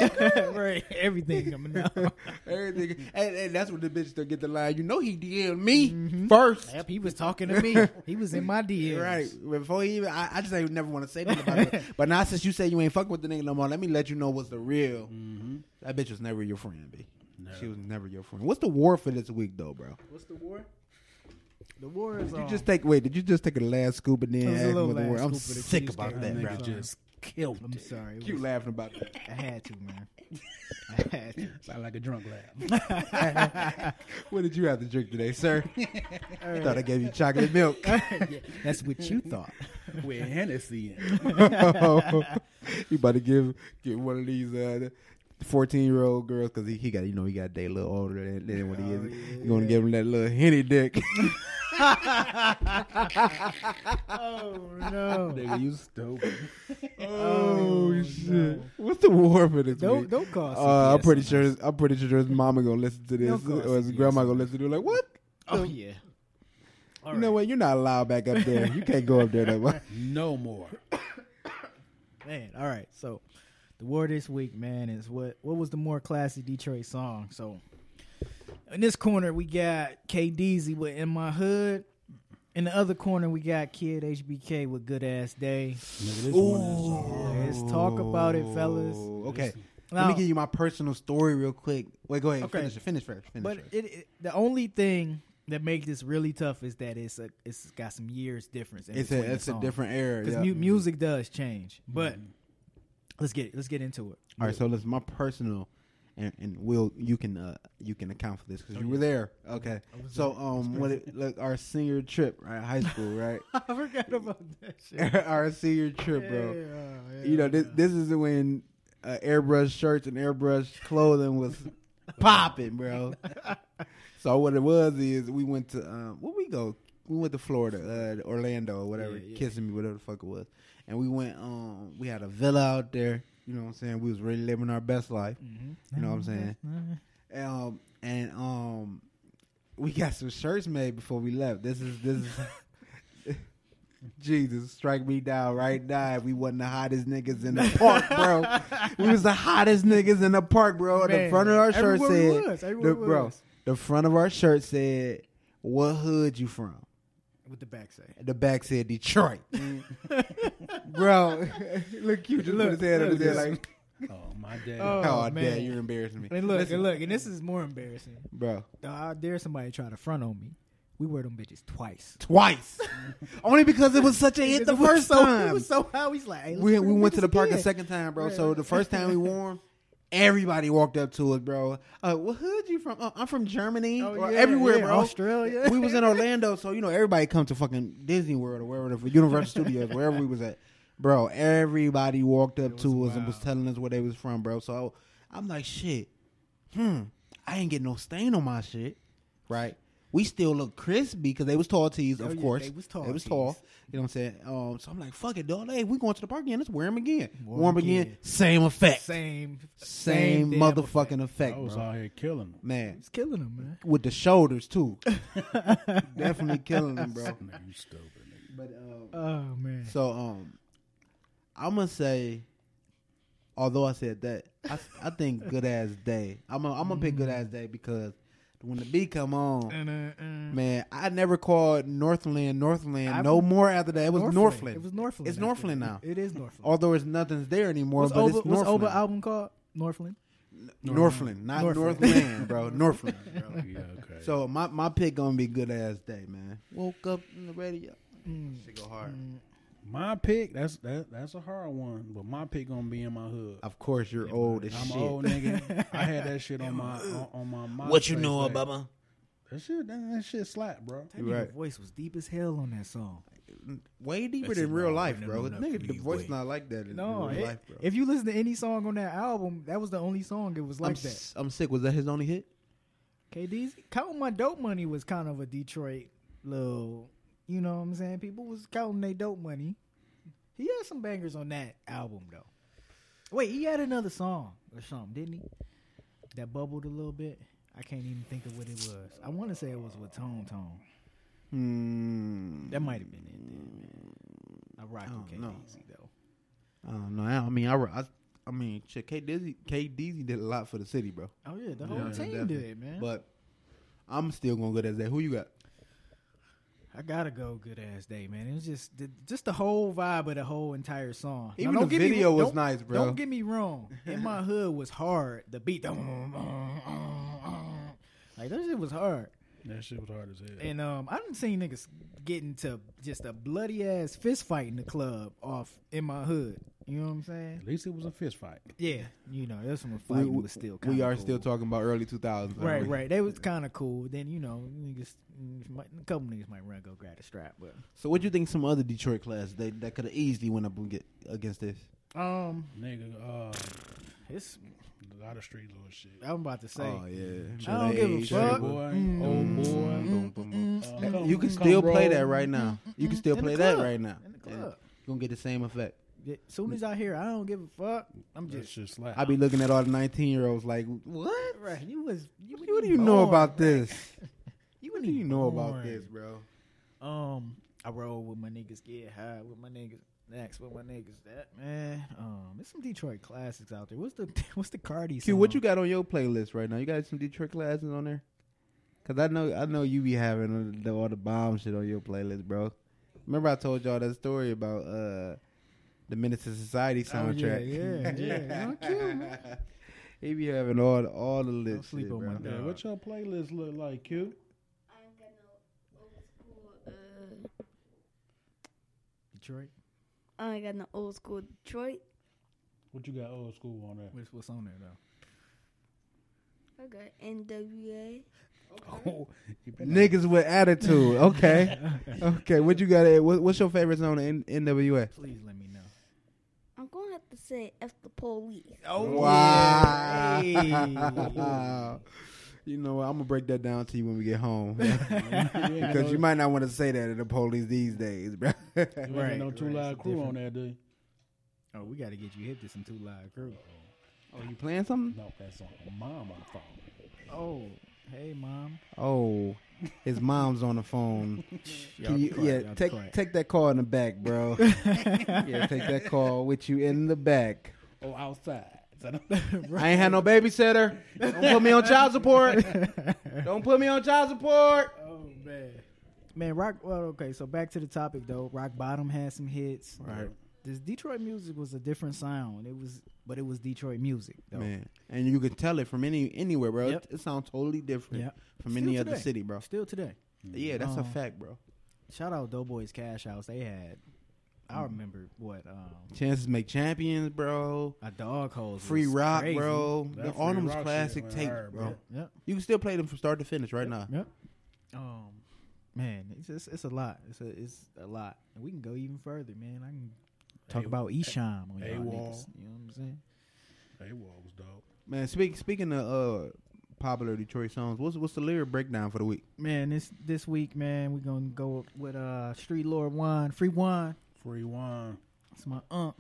[SPEAKER 2] right. Everything coming out.
[SPEAKER 3] Everything, and, and that's what the bitch that get the line. You know he DM'd me
[SPEAKER 2] Mm-hmm.
[SPEAKER 3] first.
[SPEAKER 2] Yep, he was talking to me. He was in my DMs.
[SPEAKER 3] Right. Before he even, I, I just ain't never want to say nothing about it. But now since you say you ain't fucking with the nigga no more, let me let you know what's the real.
[SPEAKER 1] Mm-hmm.
[SPEAKER 3] That bitch was never your friend, B. She was never your friend. What's the war for this week though, bro?
[SPEAKER 2] What's the war? The war is
[SPEAKER 3] You just take wait. Did you just take a last scoop and
[SPEAKER 2] Oh. It
[SPEAKER 3] then
[SPEAKER 2] was a
[SPEAKER 3] add
[SPEAKER 2] little
[SPEAKER 3] with the
[SPEAKER 2] last
[SPEAKER 3] war?
[SPEAKER 2] scoop
[SPEAKER 3] I'm
[SPEAKER 2] of the
[SPEAKER 3] sick
[SPEAKER 2] cheesecake. That
[SPEAKER 3] about that,
[SPEAKER 2] nigga
[SPEAKER 3] bro.
[SPEAKER 2] just-
[SPEAKER 1] killed.
[SPEAKER 2] I'm sorry. it
[SPEAKER 3] You
[SPEAKER 2] was-
[SPEAKER 3] laughing about that?
[SPEAKER 2] I had to, man. I had to.
[SPEAKER 1] Sound like a drunk laugh.
[SPEAKER 3] What did you have to drink today, sir? I thought I gave you chocolate milk.
[SPEAKER 2] That's what you thought.
[SPEAKER 1] With Hennessy in. it.
[SPEAKER 3] you about to give get one of these uh fourteen year old girls because he, he got you know he got a day a little older than, than what he is. you gonna give him that little henny dick.
[SPEAKER 2] Oh no!
[SPEAKER 1] nigga, you stupid.
[SPEAKER 3] oh shit!
[SPEAKER 2] no.
[SPEAKER 3] What's the war for this
[SPEAKER 2] Don't
[SPEAKER 3] week?
[SPEAKER 2] don't call.
[SPEAKER 3] uh, I'm
[SPEAKER 2] CPS
[SPEAKER 3] pretty
[SPEAKER 2] on
[SPEAKER 3] sure
[SPEAKER 2] us.
[SPEAKER 3] his, I'm pretty sure his mama gonna listen to
[SPEAKER 2] Don't
[SPEAKER 3] this
[SPEAKER 2] call
[SPEAKER 3] or his
[SPEAKER 2] CPS
[SPEAKER 3] grandma
[SPEAKER 2] on
[SPEAKER 3] gonna listen to it like what?
[SPEAKER 2] Oh yeah. All
[SPEAKER 3] you know what? You're not allowed back up there. You can't go up there no more.
[SPEAKER 1] No more.
[SPEAKER 2] man. All right, so the war this week, man, is what what was the more classy Detroit song? So in this corner we got K Deezy with In My Hood. In the other corner we got Kid HBK with Good Ass Day.
[SPEAKER 1] Nigga, this one is
[SPEAKER 2] Let's talk about it, fellas.
[SPEAKER 3] Ooh, Oh, Okay. Let
[SPEAKER 2] Now-
[SPEAKER 3] me give you my personal story real quick. Wait, go ahead.
[SPEAKER 2] Okay.
[SPEAKER 3] Finish it. Finish first. Finish
[SPEAKER 2] But
[SPEAKER 3] first.
[SPEAKER 2] it, it the only thing that makes this really tough is that it's a it's got some years difference. In
[SPEAKER 3] it's
[SPEAKER 2] between
[SPEAKER 3] a
[SPEAKER 2] the
[SPEAKER 3] it's a
[SPEAKER 2] songs.
[SPEAKER 3] different era.
[SPEAKER 2] because
[SPEAKER 3] yeah. Mm-hmm.
[SPEAKER 2] music does change. But let's get let's get into it.
[SPEAKER 3] All right, so listen, my personal, and, and Will, you can uh, you can account for this because
[SPEAKER 2] Oh,
[SPEAKER 3] you were there. Okay, so um, when it, look, our senior trip, right, high school, right,
[SPEAKER 2] I forgot about that
[SPEAKER 3] our senior trip, bro. You know, this this is when uh, airbrush shirts and airbrush clothing was popping, bro. so what it was is we went to um, where we go. We went to Florida, uh, Orlando, or whatever,
[SPEAKER 2] Yeah, yeah.
[SPEAKER 3] kissing me, whatever the fuck it was. And we went. Um, we had a villa out there. You know what I'm saying? We was really living our best life.
[SPEAKER 2] Mm-hmm.
[SPEAKER 3] You know what I'm saying? Um, and um, we got some shirts made before we left. This is this is Jesus, strike me down right now. We wasn't the hottest niggas in the park, bro. we was the hottest niggas in the park, bro. the
[SPEAKER 2] Man,
[SPEAKER 3] front of our shirt
[SPEAKER 2] everywhere we
[SPEAKER 3] said,
[SPEAKER 2] was,
[SPEAKER 3] the,
[SPEAKER 2] everywhere we
[SPEAKER 3] bro,
[SPEAKER 2] was.
[SPEAKER 3] the front of our shirt said, "What hood you from?"
[SPEAKER 2] With the back say.
[SPEAKER 3] The back said Detroit,
[SPEAKER 2] Mm.
[SPEAKER 3] bro. look, you just put his head up his head like,
[SPEAKER 1] Oh my day.
[SPEAKER 2] Oh,
[SPEAKER 3] "Oh,
[SPEAKER 2] man.
[SPEAKER 3] dad, you're embarrassing me."
[SPEAKER 2] And look,
[SPEAKER 3] Listen,
[SPEAKER 2] and look, and this is more embarrassing.
[SPEAKER 3] bro.
[SPEAKER 2] I dare somebody try to front on me. We wear them bitches twice.
[SPEAKER 3] twice, only because it was such a hit the
[SPEAKER 2] It was
[SPEAKER 3] first
[SPEAKER 2] so, It
[SPEAKER 3] time.
[SPEAKER 2] was so how he's like, hey, let's
[SPEAKER 3] we
[SPEAKER 2] wear
[SPEAKER 3] we
[SPEAKER 2] them
[SPEAKER 3] went to the
[SPEAKER 2] bitches
[SPEAKER 3] park a
[SPEAKER 2] again.
[SPEAKER 3] second time, bro.
[SPEAKER 2] Right,
[SPEAKER 3] So
[SPEAKER 2] right.
[SPEAKER 3] the first time we wore 'em, everybody walked up to us, bro. Uh, what hood you from? Oh, I'm from Germany
[SPEAKER 2] Oh,
[SPEAKER 3] or
[SPEAKER 2] yeah,
[SPEAKER 3] everywhere,
[SPEAKER 2] yeah,
[SPEAKER 3] bro.
[SPEAKER 2] Australia.
[SPEAKER 3] we was in Orlando, so you know everybody come to fucking Disney World or wherever the Universal Studios, wherever we was at, bro. Everybody walked up to us and was telling us where they was from, bro. So I'm like, shit, hmm, I ain't get no stain on my shit. right? We still look crispy because they was tall tees,
[SPEAKER 2] Oh,
[SPEAKER 3] of
[SPEAKER 2] yeah,
[SPEAKER 3] course.
[SPEAKER 2] they was tall
[SPEAKER 3] They was
[SPEAKER 2] tees.
[SPEAKER 3] tall. You know what I'm saying? Um, so I'm like, fuck it, dog. Hey, we going to the park again. Let's wear them again.
[SPEAKER 2] Warm
[SPEAKER 3] Warm, again.
[SPEAKER 2] again.
[SPEAKER 3] Same effect. Same,
[SPEAKER 2] Same, damn effect.
[SPEAKER 3] motherfucking effect,
[SPEAKER 1] I was
[SPEAKER 3] bro.
[SPEAKER 1] out here killing them.
[SPEAKER 3] Man,
[SPEAKER 2] It's killing them, man.
[SPEAKER 3] with the shoulders too. Definitely killing them, bro.
[SPEAKER 1] Nigga, you stupid. Nigga.
[SPEAKER 3] But um,
[SPEAKER 2] Oh man.
[SPEAKER 3] So um, I'm gonna say, although I said that, I, I think good ass day. I'm gonna, I'm gonna pick good ass day because when the beat come on,
[SPEAKER 2] Man,
[SPEAKER 3] man, I never called Northland Northland
[SPEAKER 2] I've-
[SPEAKER 3] no more after that. It was Northland.
[SPEAKER 2] It was Northland.
[SPEAKER 3] It's
[SPEAKER 2] after
[SPEAKER 3] Northland
[SPEAKER 2] that.
[SPEAKER 3] now.
[SPEAKER 2] It is Northland.
[SPEAKER 3] although it's nothing's there anymore,
[SPEAKER 2] what's
[SPEAKER 3] but
[SPEAKER 2] Oba, what's
[SPEAKER 3] it's Northland.
[SPEAKER 2] Oba album called? Northland.
[SPEAKER 3] Northland, not
[SPEAKER 2] Northland.
[SPEAKER 3] Northland, bro. Northland. Bro.
[SPEAKER 1] Yeah, okay.
[SPEAKER 3] So my my pick gonna be good ass day, man. Woke up in the radio. Shit go hard.
[SPEAKER 1] my pick, that's that, that's a hard one, but my pick gonna be in my hood.
[SPEAKER 3] Of course, you're old as
[SPEAKER 1] I'm
[SPEAKER 3] shit.
[SPEAKER 1] an old nigga. I had that shit on my on, on my mind.
[SPEAKER 3] my?
[SPEAKER 1] that shit? That, that shit slap, bro.
[SPEAKER 2] That
[SPEAKER 3] Right.
[SPEAKER 2] nigga voice was deep as hell on that song.
[SPEAKER 3] way deeper
[SPEAKER 5] That shit
[SPEAKER 3] than real
[SPEAKER 5] not
[SPEAKER 3] life,
[SPEAKER 5] hard
[SPEAKER 3] bro.
[SPEAKER 5] enough
[SPEAKER 3] Nigga,
[SPEAKER 5] for
[SPEAKER 3] the
[SPEAKER 5] me,
[SPEAKER 3] voice
[SPEAKER 5] way.
[SPEAKER 3] not like that in
[SPEAKER 2] No,
[SPEAKER 3] real
[SPEAKER 2] it-
[SPEAKER 3] life, bro.
[SPEAKER 2] if you listen to any song on that album, that was the only song it was
[SPEAKER 3] I'm
[SPEAKER 2] like that.
[SPEAKER 3] s- I'm sick. Was that his only hit?
[SPEAKER 2] KD's Count My Dope Money was kind of a Detroit little, you know what I'm saying? People was counting their dope money. He had some bangers on that album though. Wait, he had another song or something, didn't he? That bubbled a little bit. I can't even think of what it was. I want to say it was with Tone Tone.
[SPEAKER 3] Hmm.
[SPEAKER 2] That might have been it. Then, man. I rock
[SPEAKER 3] I
[SPEAKER 2] with
[SPEAKER 3] don't know.
[SPEAKER 2] K-Dizzy though.
[SPEAKER 3] I don't know. I mean, I, I, I mean, shit, K Dizzy, K Dizzy did a lot for the city, bro.
[SPEAKER 2] Oh yeah, the
[SPEAKER 3] You
[SPEAKER 2] whole
[SPEAKER 3] know what I'm saying?
[SPEAKER 2] team
[SPEAKER 3] Definitely.
[SPEAKER 2] did, man.
[SPEAKER 3] But I'm still gonna go that day. Who you got?
[SPEAKER 2] I gotta go, good ass day, man. It was just the, just the whole vibe of the whole entire song. Now,
[SPEAKER 3] Even
[SPEAKER 2] don't
[SPEAKER 3] the
[SPEAKER 2] get me-
[SPEAKER 3] video was
[SPEAKER 2] don't-
[SPEAKER 3] nice, bro.
[SPEAKER 2] Don't get me wrong. In my hood was hard. The beat, like that shit was hard.
[SPEAKER 1] That shit was hard as hell.
[SPEAKER 2] And um, I didn't see niggas getting to just a bloody ass fist fight in the club off in my hood. You know what I'm saying?
[SPEAKER 1] At least it was a fist fight.
[SPEAKER 2] Yeah, you know there's some
[SPEAKER 3] We,
[SPEAKER 2] fighting was still.
[SPEAKER 3] we
[SPEAKER 2] kinda
[SPEAKER 3] are
[SPEAKER 2] cool.
[SPEAKER 3] still talking about early 2000s, aren't
[SPEAKER 2] Right,
[SPEAKER 3] we?
[SPEAKER 2] right. They was kind of cool. Then you know, niggas, mm, might- a couple niggas might run go grab the strap, but
[SPEAKER 3] So, what do you think? Some other Detroit class they, that could have easily went up and get against this.
[SPEAKER 2] um,
[SPEAKER 1] Nigga, uh,
[SPEAKER 2] it's
[SPEAKER 1] a lot of street little shit.
[SPEAKER 2] I'm about to say.
[SPEAKER 3] oh yeah,
[SPEAKER 2] I don't give a
[SPEAKER 3] Jay,
[SPEAKER 2] fuck. Mm-hmm.
[SPEAKER 1] Boy,
[SPEAKER 3] Boy. Mm-hmm.
[SPEAKER 1] old boy. Uh, come-
[SPEAKER 3] You
[SPEAKER 1] come
[SPEAKER 3] can still play
[SPEAKER 1] roll.
[SPEAKER 3] that right now. You can still
[SPEAKER 2] Mm-hmm. In the
[SPEAKER 3] play that
[SPEAKER 2] club.
[SPEAKER 3] right now.
[SPEAKER 2] Mm-hmm. In the
[SPEAKER 3] And
[SPEAKER 2] club.
[SPEAKER 3] you gonna get the same effect.
[SPEAKER 2] Yeah, soon as I hear, I don't give a fuck. I'm
[SPEAKER 1] That
[SPEAKER 2] just
[SPEAKER 1] shit slap.
[SPEAKER 3] I be looking at all the 19 year olds like, what?
[SPEAKER 2] right. You was. You,
[SPEAKER 3] What do you know
[SPEAKER 2] born.
[SPEAKER 3] about this?
[SPEAKER 2] You
[SPEAKER 3] What
[SPEAKER 2] wasn't
[SPEAKER 3] do you
[SPEAKER 2] even
[SPEAKER 3] know about
[SPEAKER 2] born.
[SPEAKER 3] this, bro?
[SPEAKER 2] Um, I roll with my niggas, get high with my niggas, next with my niggas. That man. Um, there's some Detroit classics out there. What's the What's the Cardi?
[SPEAKER 3] Q,
[SPEAKER 2] song?
[SPEAKER 3] what you got on your playlist right now? You got some Detroit classes on there? Cause I know, I know you be having all the, all the bomb shit on your playlist, bro. Remember I told y'all that story about uh the Menace to Society
[SPEAKER 2] Oh, yeah,
[SPEAKER 3] soundtrack?
[SPEAKER 2] yeah, yeah. Not Q, man.
[SPEAKER 3] he be having all the, all the lit
[SPEAKER 2] Don't sleep
[SPEAKER 3] shit,
[SPEAKER 2] on
[SPEAKER 3] bro.
[SPEAKER 2] my
[SPEAKER 1] Yeah,
[SPEAKER 2] dog.
[SPEAKER 1] what your playlist look like, Q?
[SPEAKER 4] I'm gonna old school. Uh,
[SPEAKER 2] Detroit.
[SPEAKER 4] Oh, I ain't got no old school Detroit.
[SPEAKER 1] What you got old school on there?
[SPEAKER 2] What's What's on there though?
[SPEAKER 4] I got NWA.
[SPEAKER 1] Oh, you better-
[SPEAKER 3] Niggas with attitude. Okay, okay. What you got? What, what's your favorite song in NWA?
[SPEAKER 2] Please let me know.
[SPEAKER 4] I'm gonna have to say F the police.
[SPEAKER 2] Oh
[SPEAKER 3] wow.
[SPEAKER 2] yeah.
[SPEAKER 3] You know, what? I'm gonna break that down to you when we get home
[SPEAKER 1] You ain't
[SPEAKER 3] because
[SPEAKER 1] got
[SPEAKER 3] you
[SPEAKER 1] no,
[SPEAKER 3] might not want to say that to the police these days, bro.
[SPEAKER 1] you ain't
[SPEAKER 2] Right,
[SPEAKER 1] got no two
[SPEAKER 2] right,
[SPEAKER 1] live
[SPEAKER 2] it's
[SPEAKER 1] crew
[SPEAKER 2] different.
[SPEAKER 1] on there, do you?
[SPEAKER 2] Oh, we got to get you hit this in two live crew.
[SPEAKER 3] Oh, you playing something?
[SPEAKER 1] No, that's on mom on the phone.
[SPEAKER 2] Oh, hey mom.
[SPEAKER 3] Oh, his mom's on the phone. Can you,
[SPEAKER 2] quiet,
[SPEAKER 3] yeah,
[SPEAKER 2] y'all
[SPEAKER 3] take
[SPEAKER 2] quiet.
[SPEAKER 3] take that call in the back, bro. yeah, take that call with you in the back.
[SPEAKER 1] Oh, outside.
[SPEAKER 3] I ain't had no babysitter. Don't put me on child support. Don't put me on child support.
[SPEAKER 2] Oh man, man, rock. Well, okay, so back to the topic though. Rock Bottom had some hits.
[SPEAKER 3] Right.
[SPEAKER 2] This Detroit music was a different sound. It was, but it was Detroit music though.
[SPEAKER 3] Man, and you can tell it from any anywhere, bro.
[SPEAKER 2] Yep.
[SPEAKER 3] It, it sounds totally different
[SPEAKER 2] Yep.
[SPEAKER 3] from
[SPEAKER 2] Still
[SPEAKER 3] any other
[SPEAKER 2] today.
[SPEAKER 3] city, bro.
[SPEAKER 2] Still today,
[SPEAKER 3] Yeah, that's a
[SPEAKER 2] Um,
[SPEAKER 3] fact, bro.
[SPEAKER 2] shout out Doughboys Cash House. They had, I remember what um,
[SPEAKER 3] Chances make champions, bro.
[SPEAKER 2] a dog hose.
[SPEAKER 3] Free
[SPEAKER 2] was
[SPEAKER 3] rock,
[SPEAKER 2] crazy.
[SPEAKER 3] bro.
[SPEAKER 1] That
[SPEAKER 3] The-
[SPEAKER 1] Free
[SPEAKER 3] All them
[SPEAKER 1] Rock shit
[SPEAKER 3] classic
[SPEAKER 1] went
[SPEAKER 3] tapes,
[SPEAKER 1] hard,
[SPEAKER 3] bro.
[SPEAKER 1] bro.
[SPEAKER 2] Yep.
[SPEAKER 3] You can still play them from start to finish right now.
[SPEAKER 2] Yep. Um, man, it's just, it's a lot. It's a it's a lot, and we can go even further, man. I can talk
[SPEAKER 1] A-
[SPEAKER 2] about Esham on y'all
[SPEAKER 1] AWOL.
[SPEAKER 2] niggas. You know what I'm saying?
[SPEAKER 1] Hey, Wall was dope.
[SPEAKER 3] Man, speak, speaking of uh, popular Detroit songs. What's what's the lyric breakdown for the week?
[SPEAKER 2] Man, this this week, man, we're gonna go with uh Street Lord One, Free One.
[SPEAKER 1] Free wine.
[SPEAKER 2] It's my unk.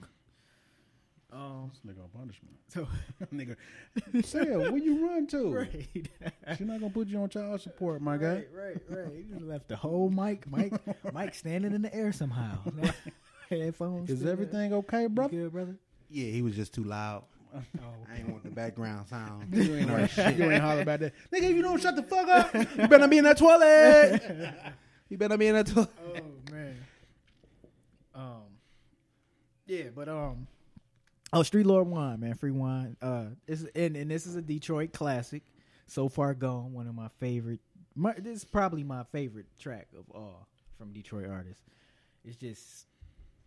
[SPEAKER 2] Um,
[SPEAKER 1] This nigga on punishment.
[SPEAKER 2] so
[SPEAKER 1] nigga, Sam, where you run to?
[SPEAKER 2] right,
[SPEAKER 1] She not gonna put you on child support, my guy.
[SPEAKER 2] right, right, right. You just left the whole mic, Mike, Mike standing in the air somehow. Headphones.
[SPEAKER 1] Is
[SPEAKER 2] still there.
[SPEAKER 1] everything okay,
[SPEAKER 2] You
[SPEAKER 1] bro?
[SPEAKER 2] good, brother?
[SPEAKER 3] Yeah, he was just too loud.
[SPEAKER 2] Oh,
[SPEAKER 3] I ain't want the background sound.
[SPEAKER 1] You ain't,
[SPEAKER 3] Right, shit.
[SPEAKER 1] you ain't holler about that, nigga. If you don't shut the fuck up,
[SPEAKER 3] you better be in that toilet. you better be in that toilet.
[SPEAKER 2] oh man. Um. Yeah, but um. Oh, Street Lord Wine, man, free wine. Uh, this and and this is a Detroit classic. So far gone, one of my favorite. My, this is probably my favorite track of all from Detroit artists. It's just,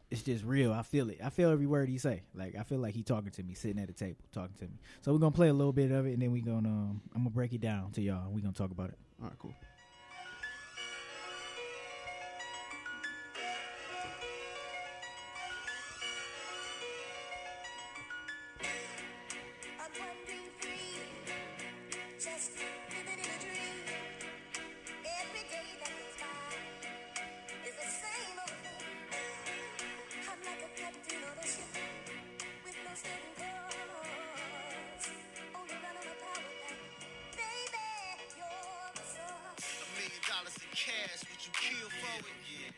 [SPEAKER 2] it's just real. I feel it. I feel every word he say. Like I feel like he talking to me, sitting at the table, talking to me. So we're gonna play a little bit of it, and then we gonna um, I'm gonna break it down to y'all. We gonna talk about it.
[SPEAKER 3] All right, cool.
[SPEAKER 5] I'm wandering free, just living in a dream. Every day that goes by is the same old thing. I'm like a captain on a ship with no steady course, only running a power back. Baby, you're the source.
[SPEAKER 6] A million dollars in cash, would you kill for it? Yeah.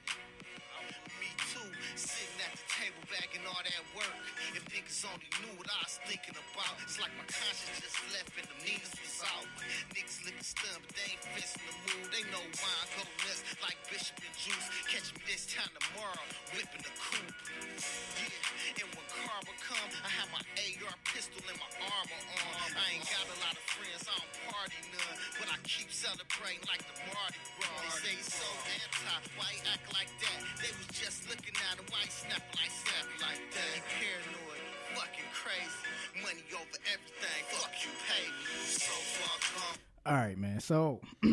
[SPEAKER 6] Me too, sitting at the table bagging all that work. If niggas only knew what I was thinking about, it's like my conscience just left and the niggas was out. Niggas looking stunned, but they ain't fisting the mood. They know why I go nuts like Bishop and Juice. Catch me this time tomorrow, whipping the coupe. Yeah, and when Carver come, I have my AR pistol and my armor on. I ain't got a lot of friends, I don't party none, but I keep celebrating like the Mardi Gras. They say he's so anti, why he act like that? They was just looking at him, why he snapping like snapping like that? He paranoid, fucking crazy, money over everything. Fuck you, pay me. So far gone.
[SPEAKER 2] All right, man. So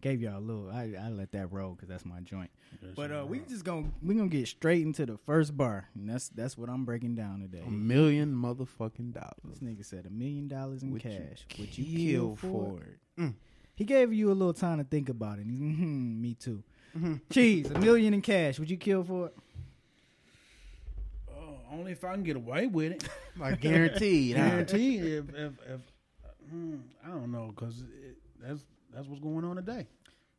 [SPEAKER 2] gave y'all a little. I, I let that roll because that's my joint. but uh, we just gonna we gonna get straight into the first bar, and that's that's what I'm breaking down today.
[SPEAKER 3] A million motherfucking
[SPEAKER 2] This
[SPEAKER 3] dollars.
[SPEAKER 2] nigga said a million dollars in
[SPEAKER 3] Would you
[SPEAKER 2] cash. Would you kill for it? He gave you a little time to think about it. He's, mm me too. Cheese, a million in cash. Would you kill for it?
[SPEAKER 1] Oh, only if I can get away with it.
[SPEAKER 3] I guarantee.
[SPEAKER 1] Guaranteed. if, if, if mm, I don't know, cause it, that's that's what's going on today.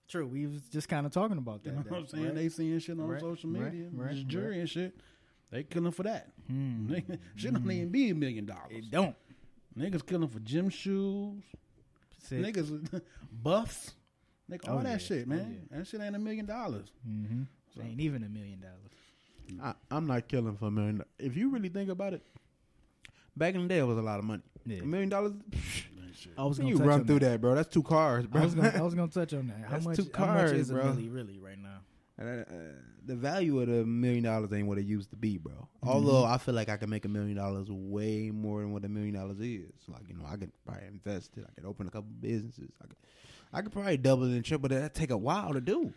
[SPEAKER 2] True. We was just kind of talking about that.
[SPEAKER 1] You know what I'm
[SPEAKER 2] that-
[SPEAKER 1] saying?
[SPEAKER 2] right?
[SPEAKER 1] They seeing shit on
[SPEAKER 2] Right,
[SPEAKER 1] social
[SPEAKER 2] right,
[SPEAKER 1] media,
[SPEAKER 2] right, Mm-hmm.
[SPEAKER 1] just jury and shit. They killing for that. Nigga, shit don't even be a million dollars.
[SPEAKER 2] It Hmm. don't.
[SPEAKER 1] Niggas killing for gym shoes.
[SPEAKER 2] Said-
[SPEAKER 1] Niggas buffs. Nigga, all
[SPEAKER 2] Oh,
[SPEAKER 1] that
[SPEAKER 2] yeah.
[SPEAKER 1] shit,
[SPEAKER 2] Oh,
[SPEAKER 1] man. That shit ain't a million dollars.
[SPEAKER 2] Mhm. Ain't even a million dollars.
[SPEAKER 3] I, I'm not killing for a million. If you really think about it, back in the day, it was a lot of money.
[SPEAKER 2] Yeah.
[SPEAKER 3] A million dollars.
[SPEAKER 2] I was gonna
[SPEAKER 3] You
[SPEAKER 2] touch
[SPEAKER 3] run
[SPEAKER 2] on
[SPEAKER 3] through
[SPEAKER 2] that.
[SPEAKER 3] that, bro. That's two cars, bro.
[SPEAKER 2] I was gonna I was gonna touch on that. How
[SPEAKER 3] That's
[SPEAKER 2] much
[SPEAKER 3] two
[SPEAKER 2] how much
[SPEAKER 3] cars,
[SPEAKER 2] is it
[SPEAKER 3] bro.
[SPEAKER 2] really really right now?
[SPEAKER 3] And, uh, the value of the million dollars ain't what it used to be, bro. Although
[SPEAKER 2] Mm-hmm.
[SPEAKER 3] I feel like I can make a million dollars way more than what a million dollars is. Like you know, I could probably invest it. I could open a couple businesses. I could, I could probably double and triple. That take a while to do.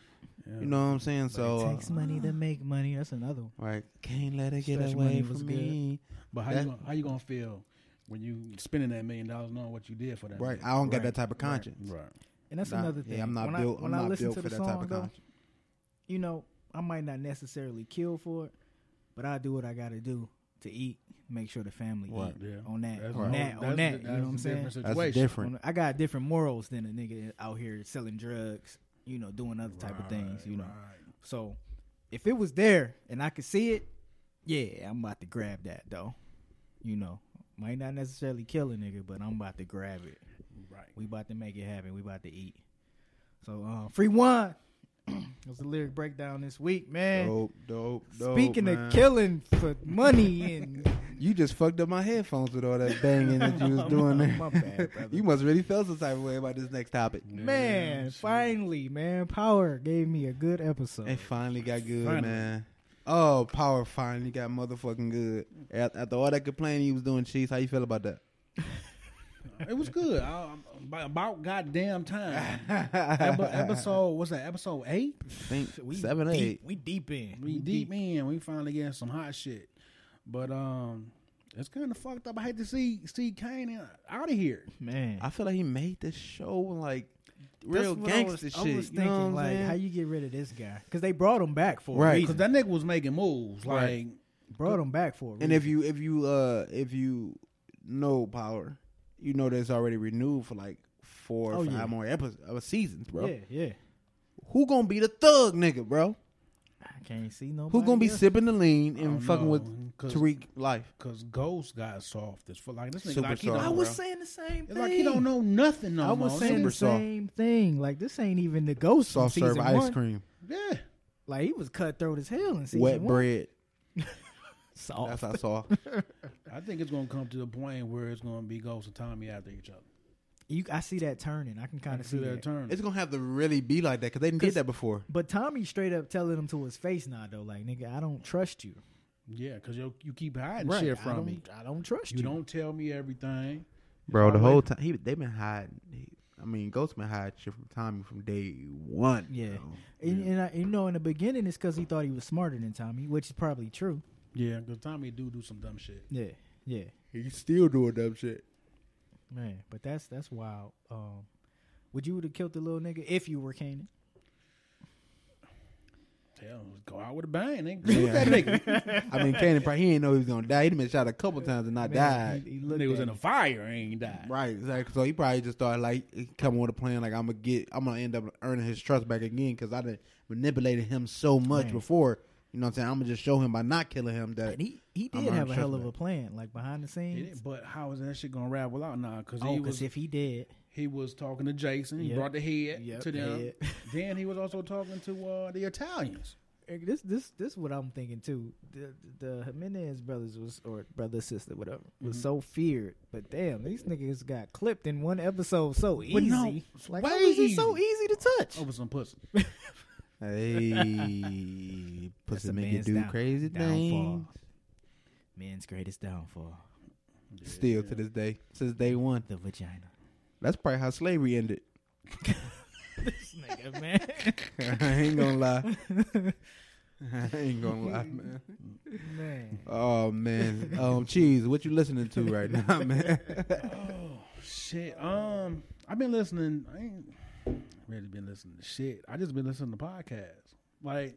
[SPEAKER 3] You know what I'm saying? so
[SPEAKER 2] it takes
[SPEAKER 3] uh,
[SPEAKER 2] money to make money. That's another one.
[SPEAKER 3] right, can't let it get
[SPEAKER 2] Stretch
[SPEAKER 3] away
[SPEAKER 2] money was
[SPEAKER 3] from
[SPEAKER 2] good.
[SPEAKER 3] me.
[SPEAKER 1] But how
[SPEAKER 3] That-
[SPEAKER 1] you gonna, how you gonna feel when you spending that million dollars knowing what you did for that?
[SPEAKER 3] Right,
[SPEAKER 1] million?
[SPEAKER 3] I don't
[SPEAKER 2] Right,
[SPEAKER 3] got that type of
[SPEAKER 2] right.
[SPEAKER 3] conscience.
[SPEAKER 1] Right.
[SPEAKER 2] And that's
[SPEAKER 3] Nah,
[SPEAKER 2] another thing.
[SPEAKER 3] Yeah, I'm not
[SPEAKER 2] when
[SPEAKER 3] built.
[SPEAKER 2] I,
[SPEAKER 3] I'm
[SPEAKER 2] when I
[SPEAKER 3] not
[SPEAKER 2] listen
[SPEAKER 3] built
[SPEAKER 2] to
[SPEAKER 3] for
[SPEAKER 2] the
[SPEAKER 3] that
[SPEAKER 2] song,
[SPEAKER 3] type of
[SPEAKER 2] though,
[SPEAKER 3] conscience.
[SPEAKER 2] you know, I might not necessarily kill for it, but I do what I gotta do to eat, make sure the family
[SPEAKER 3] Right.
[SPEAKER 2] eat
[SPEAKER 1] Yeah.
[SPEAKER 2] on that,
[SPEAKER 1] That's-
[SPEAKER 2] on that,
[SPEAKER 1] that's-
[SPEAKER 2] on that.
[SPEAKER 1] that's
[SPEAKER 2] You know what I'm
[SPEAKER 1] a
[SPEAKER 2] saying?
[SPEAKER 1] different
[SPEAKER 3] That's
[SPEAKER 1] situation.
[SPEAKER 3] different.
[SPEAKER 2] On- I got different morals than a nigga out here selling drugs, you know, doing other type of things, you know.
[SPEAKER 1] Right.
[SPEAKER 2] So if it was there and I could see it, yeah, I'm about to grab that though. You know, might not necessarily kill a nigga, but I'm about to grab it.
[SPEAKER 1] Right.
[SPEAKER 2] We about to make it happen. We about to eat. So uh, free wine. that was the lyric breakdown this week, man.
[SPEAKER 3] Dope, dope, dope.
[SPEAKER 2] Speaking
[SPEAKER 3] man.
[SPEAKER 2] of killing for money and
[SPEAKER 3] you just fucked up my headphones with all that banging that you was doing there.
[SPEAKER 2] My bad, brother.
[SPEAKER 3] you must really feel some type of way about this next topic.
[SPEAKER 2] man, finally, man, Power gave me a good episode.
[SPEAKER 3] It finally got good,
[SPEAKER 1] Finally.
[SPEAKER 3] man. Oh, power finally got motherfucking good. Af- After all that complaining he was doing, cheese. How you feel about that?
[SPEAKER 1] It was good. I, I- about goddamn time. Epi- episode, what's that? Episode eight.
[SPEAKER 3] Think
[SPEAKER 2] We
[SPEAKER 3] seven,
[SPEAKER 2] deep,
[SPEAKER 3] eight.
[SPEAKER 2] We deep in.
[SPEAKER 1] We deep in. We finally getting some hot shit. But um, It's kind of fucked up. I hate to see see Kane out of here.
[SPEAKER 2] man.
[SPEAKER 3] I feel like he made this show like
[SPEAKER 2] That's
[SPEAKER 3] real
[SPEAKER 2] what I
[SPEAKER 3] gangster
[SPEAKER 2] was-
[SPEAKER 3] shit.
[SPEAKER 2] I was
[SPEAKER 3] you know what I'm
[SPEAKER 2] thinking, like,
[SPEAKER 3] saying?
[SPEAKER 2] how you get rid of this guy? Because they brought him back for
[SPEAKER 3] Right.
[SPEAKER 2] a
[SPEAKER 1] Because
[SPEAKER 2] reason.
[SPEAKER 1] that nigga was making moves. Like,
[SPEAKER 3] Right.
[SPEAKER 2] brought him back for a reason.
[SPEAKER 3] and if you if you uh if you know power, you know that's already renewed for like four
[SPEAKER 2] Oh,
[SPEAKER 3] or five
[SPEAKER 2] yeah.
[SPEAKER 3] more episodes of seasons, bro.
[SPEAKER 2] yeah, yeah,
[SPEAKER 3] Who gonna be the thug nigga, bro?
[SPEAKER 2] I can't see nobody.
[SPEAKER 3] Who gonna be
[SPEAKER 2] else.
[SPEAKER 3] sipping the lean
[SPEAKER 1] I don't
[SPEAKER 3] and fucking
[SPEAKER 1] know,
[SPEAKER 3] with
[SPEAKER 1] 'cause-
[SPEAKER 3] Tariq life?
[SPEAKER 1] cause Ghost got soft as fuck. Like this nigga,
[SPEAKER 3] Super
[SPEAKER 1] like he,
[SPEAKER 3] soft,
[SPEAKER 1] don't,
[SPEAKER 2] I was
[SPEAKER 3] bro.
[SPEAKER 2] saying the same
[SPEAKER 1] it's
[SPEAKER 2] thing.
[SPEAKER 1] like he don't know nothing no
[SPEAKER 2] I
[SPEAKER 1] more.
[SPEAKER 2] was saying
[SPEAKER 3] Super
[SPEAKER 2] the
[SPEAKER 3] soft.
[SPEAKER 2] same thing. Like this ain't even the ghost from
[SPEAKER 3] Soft serve
[SPEAKER 2] season
[SPEAKER 3] ice
[SPEAKER 2] one.
[SPEAKER 3] cream,
[SPEAKER 1] yeah,
[SPEAKER 2] Like he was cutthroat as hell in season
[SPEAKER 3] wet
[SPEAKER 2] one.
[SPEAKER 3] bread.
[SPEAKER 2] Soft.
[SPEAKER 3] That's what I saw.
[SPEAKER 1] I think it's gonna come to the point where it's gonna be Ghost and Tommy after each other.
[SPEAKER 2] You, I see that turning. I can
[SPEAKER 1] I
[SPEAKER 2] kind
[SPEAKER 1] can
[SPEAKER 2] of see that.
[SPEAKER 1] turn.
[SPEAKER 3] it's gonna have to really be like that because they didn't did
[SPEAKER 2] 'Cause-
[SPEAKER 3] that before.
[SPEAKER 2] But Tommy straight up telling him to his face now though, like nigga, I don't trust you.
[SPEAKER 1] yeah, because you you keep hiding shit
[SPEAKER 2] I
[SPEAKER 1] from
[SPEAKER 2] don't,
[SPEAKER 1] me.
[SPEAKER 2] I don't trust you.
[SPEAKER 1] You don't tell me everything.
[SPEAKER 3] Bro, the
[SPEAKER 2] Probably.
[SPEAKER 3] whole time he they been hiding. He, I mean, Ghost been hiding shit from Tommy from day one.
[SPEAKER 2] Yeah.
[SPEAKER 3] bro.
[SPEAKER 2] And, and I, you know, in the beginning, it's because he thought he was smarter than Tommy, which is probably true.
[SPEAKER 1] Yeah, because Tommy do do some dumb shit.
[SPEAKER 2] Yeah, yeah,
[SPEAKER 3] He's still doing dumb shit.
[SPEAKER 2] man. But that's that's wild. Um, would you would have killed the little nigga if you were Kanan?
[SPEAKER 1] Hell, go out with a bang. Nigga. Shoot that nigga.
[SPEAKER 3] I mean, Cannon probably he didn't know he was gonna die. He done been shot a couple times and not
[SPEAKER 2] Man,
[SPEAKER 3] died.
[SPEAKER 2] He, he
[SPEAKER 1] That
[SPEAKER 2] looked
[SPEAKER 1] nigga was
[SPEAKER 2] at
[SPEAKER 1] in a
[SPEAKER 2] him.
[SPEAKER 1] fire and he died.
[SPEAKER 3] Right, exactly. So he probably just thought like coming with a plan like I'm gonna get, I'm gonna end up earning his trust back again because I done manipulated him so much
[SPEAKER 2] Man.
[SPEAKER 3] before. You know what I'm saying? I'm gonna just show him by not killing him that.
[SPEAKER 2] And he he
[SPEAKER 3] I'm
[SPEAKER 2] did have a
[SPEAKER 3] untrustworthy.
[SPEAKER 2] hell of a plan, like behind the
[SPEAKER 1] He
[SPEAKER 2] scenes.
[SPEAKER 1] didn't- But how is that shit gonna ravel out? Nah, because
[SPEAKER 2] Oh,
[SPEAKER 1] he
[SPEAKER 2] 'cause
[SPEAKER 1] was
[SPEAKER 2] if he did,
[SPEAKER 1] he was talking to Jason. He
[SPEAKER 2] Yep.
[SPEAKER 1] brought the head
[SPEAKER 2] Yep,
[SPEAKER 1] to them.
[SPEAKER 2] head.
[SPEAKER 1] then he was also talking to uh, the Italians.
[SPEAKER 2] Eric, this this this what I'm thinking too. The the Jimenez brothers was or brother sister whatever was
[SPEAKER 1] Mm-hmm.
[SPEAKER 2] so feared, but damn, these niggas got clipped in one episode so easy.
[SPEAKER 1] But no,
[SPEAKER 2] like
[SPEAKER 1] way
[SPEAKER 2] how was it so
[SPEAKER 1] easy.
[SPEAKER 2] easy to touch?
[SPEAKER 1] Over some pussy.
[SPEAKER 3] Hey,
[SPEAKER 2] That's
[SPEAKER 3] pussy
[SPEAKER 2] a
[SPEAKER 3] make you
[SPEAKER 2] man's
[SPEAKER 3] do
[SPEAKER 2] down-
[SPEAKER 3] crazy
[SPEAKER 2] downfall.
[SPEAKER 3] things.
[SPEAKER 2] Man's greatest downfall,
[SPEAKER 3] Still to this day, since day one.
[SPEAKER 2] the vagina.
[SPEAKER 3] That's probably how slavery ended.
[SPEAKER 2] This nigga, man,
[SPEAKER 3] I ain't gonna lie. I ain't gonna lie, man.
[SPEAKER 2] man.
[SPEAKER 3] Oh man, um, cheese. What you listening to right now, man?
[SPEAKER 1] Oh shit. Um, I've been listening. I ain't really been listening to shit. I just been listening to podcasts. Like,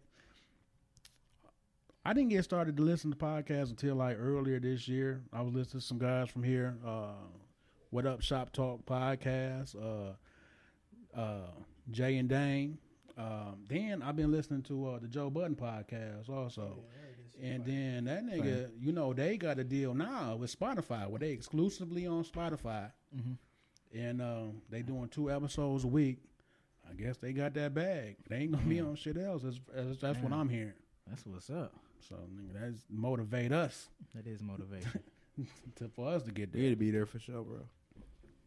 [SPEAKER 1] I didn't get started to listen to podcasts until like earlier this year. I was listening to some guys from here. Uh, what up, Shop Talk podcast. Uh, uh, Jay and Dane. Um, then I've been listening to uh, the Joe Budden podcast also. And then that nigga, you know, they got a deal now with Spotify where they exclusively on Spotify. And um, they doing two episodes a week. I guess they got that bag. They ain't gonna be
[SPEAKER 3] Hmm.
[SPEAKER 1] on shit else. That's, that's, that's what I'm hearing.
[SPEAKER 2] That's what's up.
[SPEAKER 1] So nigga, that's motivate us
[SPEAKER 2] That is motivation.
[SPEAKER 1] to, for us to get there.
[SPEAKER 3] We'd be there for sure, bro.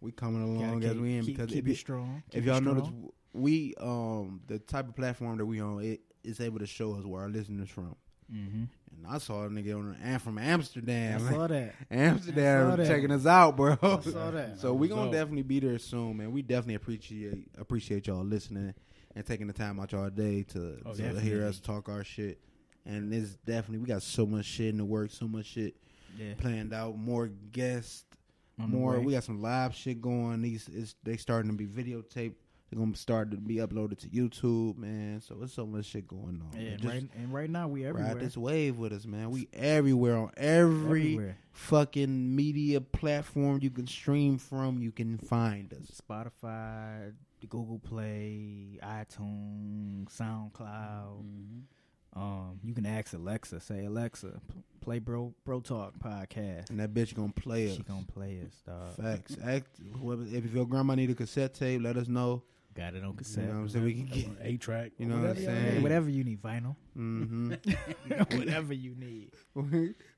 [SPEAKER 3] We coming
[SPEAKER 2] Gotta
[SPEAKER 3] along as
[SPEAKER 2] keep-
[SPEAKER 3] we in
[SPEAKER 2] keep-
[SPEAKER 3] because
[SPEAKER 2] keep
[SPEAKER 3] if,
[SPEAKER 2] it
[SPEAKER 3] you-
[SPEAKER 2] strong.
[SPEAKER 3] if
[SPEAKER 2] keep it
[SPEAKER 3] y'all notice,
[SPEAKER 2] strong.
[SPEAKER 3] we um the type of platform that we on it is able to show us where our listeners from.
[SPEAKER 2] Mhm.
[SPEAKER 3] And I saw a nigga on and from Amsterdam.
[SPEAKER 2] I saw that. I saw
[SPEAKER 3] Amsterdam
[SPEAKER 2] that.
[SPEAKER 3] checking us out, bro.
[SPEAKER 2] saw that.
[SPEAKER 3] So we gonna
[SPEAKER 1] So-
[SPEAKER 3] definitely be there soon, man. We definitely appreciate appreciate y'all listening and taking the time out y'all day to,
[SPEAKER 1] Oh,
[SPEAKER 3] to hear
[SPEAKER 2] definitely.
[SPEAKER 3] us talk our shit. And it's definitely we got so much shit in the works, so much shit
[SPEAKER 2] Yeah.
[SPEAKER 3] planned out, more guests,
[SPEAKER 2] On the
[SPEAKER 3] more.
[SPEAKER 2] way.
[SPEAKER 3] We got some live shit going. These it's, they starting to be videotaped. They're gonna start to be uploaded to YouTube, man. So it's so much shit going on.
[SPEAKER 2] Yeah,
[SPEAKER 3] man.
[SPEAKER 2] and
[SPEAKER 3] Just
[SPEAKER 2] right, and right now we everywhere.
[SPEAKER 3] ride this wave with us, man. We everywhere on every
[SPEAKER 2] Everywhere.
[SPEAKER 3] fucking media platform you can stream from. You can find us.
[SPEAKER 2] Spotify, Google Play, iTunes, SoundCloud. Um, you can ask Alexa. Say Alexa, p- play Bro Bro Talk podcast.
[SPEAKER 3] And that bitch gonna play us.
[SPEAKER 2] She gonna play us. Dog.
[SPEAKER 3] Facts. Act, whoever, if your grandma need a cassette tape, let us know.
[SPEAKER 2] Got it on
[SPEAKER 3] You
[SPEAKER 2] cassette.
[SPEAKER 3] know what I'm saying? We can get.
[SPEAKER 1] Eight track.
[SPEAKER 3] You know what I'm
[SPEAKER 2] Hey,
[SPEAKER 3] saying?
[SPEAKER 2] whatever you need, vinyl.
[SPEAKER 3] hmm
[SPEAKER 2] whatever you need.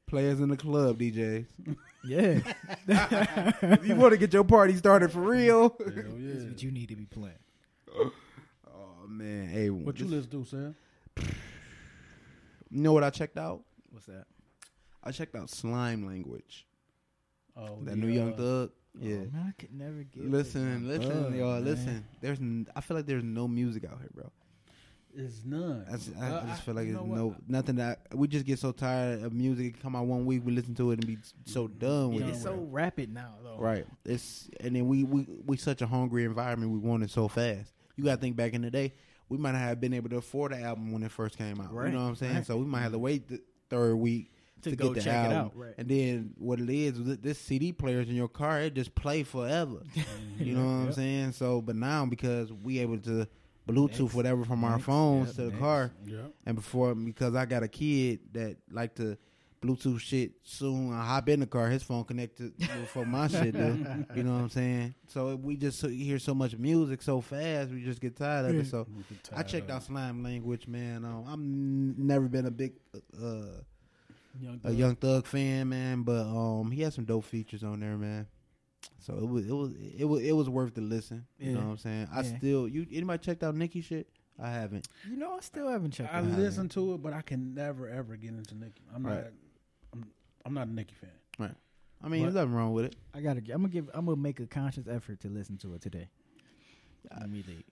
[SPEAKER 3] Players mm-hmm. in the club, DJs.
[SPEAKER 2] Yeah,
[SPEAKER 3] if you want to get your party started for real.
[SPEAKER 1] Hell yeah.
[SPEAKER 2] that's what you need to be playing.
[SPEAKER 3] Oh man, hey,
[SPEAKER 1] What you listen
[SPEAKER 3] this-
[SPEAKER 1] to, Sam?
[SPEAKER 3] you know what I checked out?
[SPEAKER 2] What's that?
[SPEAKER 3] I checked out Slime Language.
[SPEAKER 1] Oh,
[SPEAKER 3] That
[SPEAKER 1] the,
[SPEAKER 3] new Young
[SPEAKER 1] uh,
[SPEAKER 3] Thug. Yeah.
[SPEAKER 2] Oh, man, I could never get. with
[SPEAKER 3] Listen,
[SPEAKER 2] my
[SPEAKER 3] listen,
[SPEAKER 2] thug,
[SPEAKER 3] y'all,
[SPEAKER 2] man.
[SPEAKER 3] listen. There's, n- I feel like there's no music out here, bro.
[SPEAKER 1] It's none.
[SPEAKER 3] I just, I
[SPEAKER 1] Well,
[SPEAKER 3] just feel like
[SPEAKER 1] you
[SPEAKER 3] it's
[SPEAKER 1] know what?
[SPEAKER 3] no nothing that we just get so tired of music. It Come out one week, we listen to it and be so done with
[SPEAKER 1] Yeah.
[SPEAKER 3] it.
[SPEAKER 2] It's so rapid now, though.
[SPEAKER 3] Right. It's and then we we we such a hungry environment. We want it so fast. You got to think back in the day, we might not have been able to afford the album when it first came out. You
[SPEAKER 2] Right.
[SPEAKER 3] know what I'm saying?
[SPEAKER 2] Right.
[SPEAKER 3] So we might have to wait the third week to,
[SPEAKER 2] To go
[SPEAKER 3] get the
[SPEAKER 2] check it
[SPEAKER 3] album.
[SPEAKER 2] out. Right.
[SPEAKER 3] And then what it is, th- this CD players in your car, it just play forever. you know what I'm
[SPEAKER 2] Yep.
[SPEAKER 3] saying? So, but now because we able to Bluetooth
[SPEAKER 2] Next.
[SPEAKER 3] whatever from our
[SPEAKER 2] Next.
[SPEAKER 3] phones
[SPEAKER 2] Yep.
[SPEAKER 3] to the
[SPEAKER 2] Next.
[SPEAKER 3] car.
[SPEAKER 1] Yeah.
[SPEAKER 3] And before, because I got a kid that like to Bluetooth shit soon, I hop in the car, his phone connected before my shit do. You know what I'm saying? So we just hear so much music so fast, we just get tired of it. So
[SPEAKER 1] We get
[SPEAKER 3] I
[SPEAKER 1] tired
[SPEAKER 3] checked
[SPEAKER 1] of
[SPEAKER 3] out Slime Language, man. Um, I'm n- never been a big uh,
[SPEAKER 1] Young
[SPEAKER 3] a
[SPEAKER 1] Thug.
[SPEAKER 3] Young Thug fan, man, but um, he had some dope features on there, man. So it was it was it was it was worth the listen. You know
[SPEAKER 2] Yeah.
[SPEAKER 3] what I'm saying? I
[SPEAKER 2] Yeah.
[SPEAKER 3] still you anybody checked out Nicki shit? I haven't.
[SPEAKER 2] You know, I still haven't checked.
[SPEAKER 1] I
[SPEAKER 2] it out.
[SPEAKER 1] listen to it, but I can never ever get into Nicki. I'm
[SPEAKER 3] Right.
[SPEAKER 1] not. I'm, I'm not a Nicki fan.
[SPEAKER 3] I mean,
[SPEAKER 1] But-
[SPEAKER 3] there's nothing wrong with it.
[SPEAKER 2] I gotta. gi- I'm gonna give. I'm gonna make a conscious effort to listen to it today. Let me leave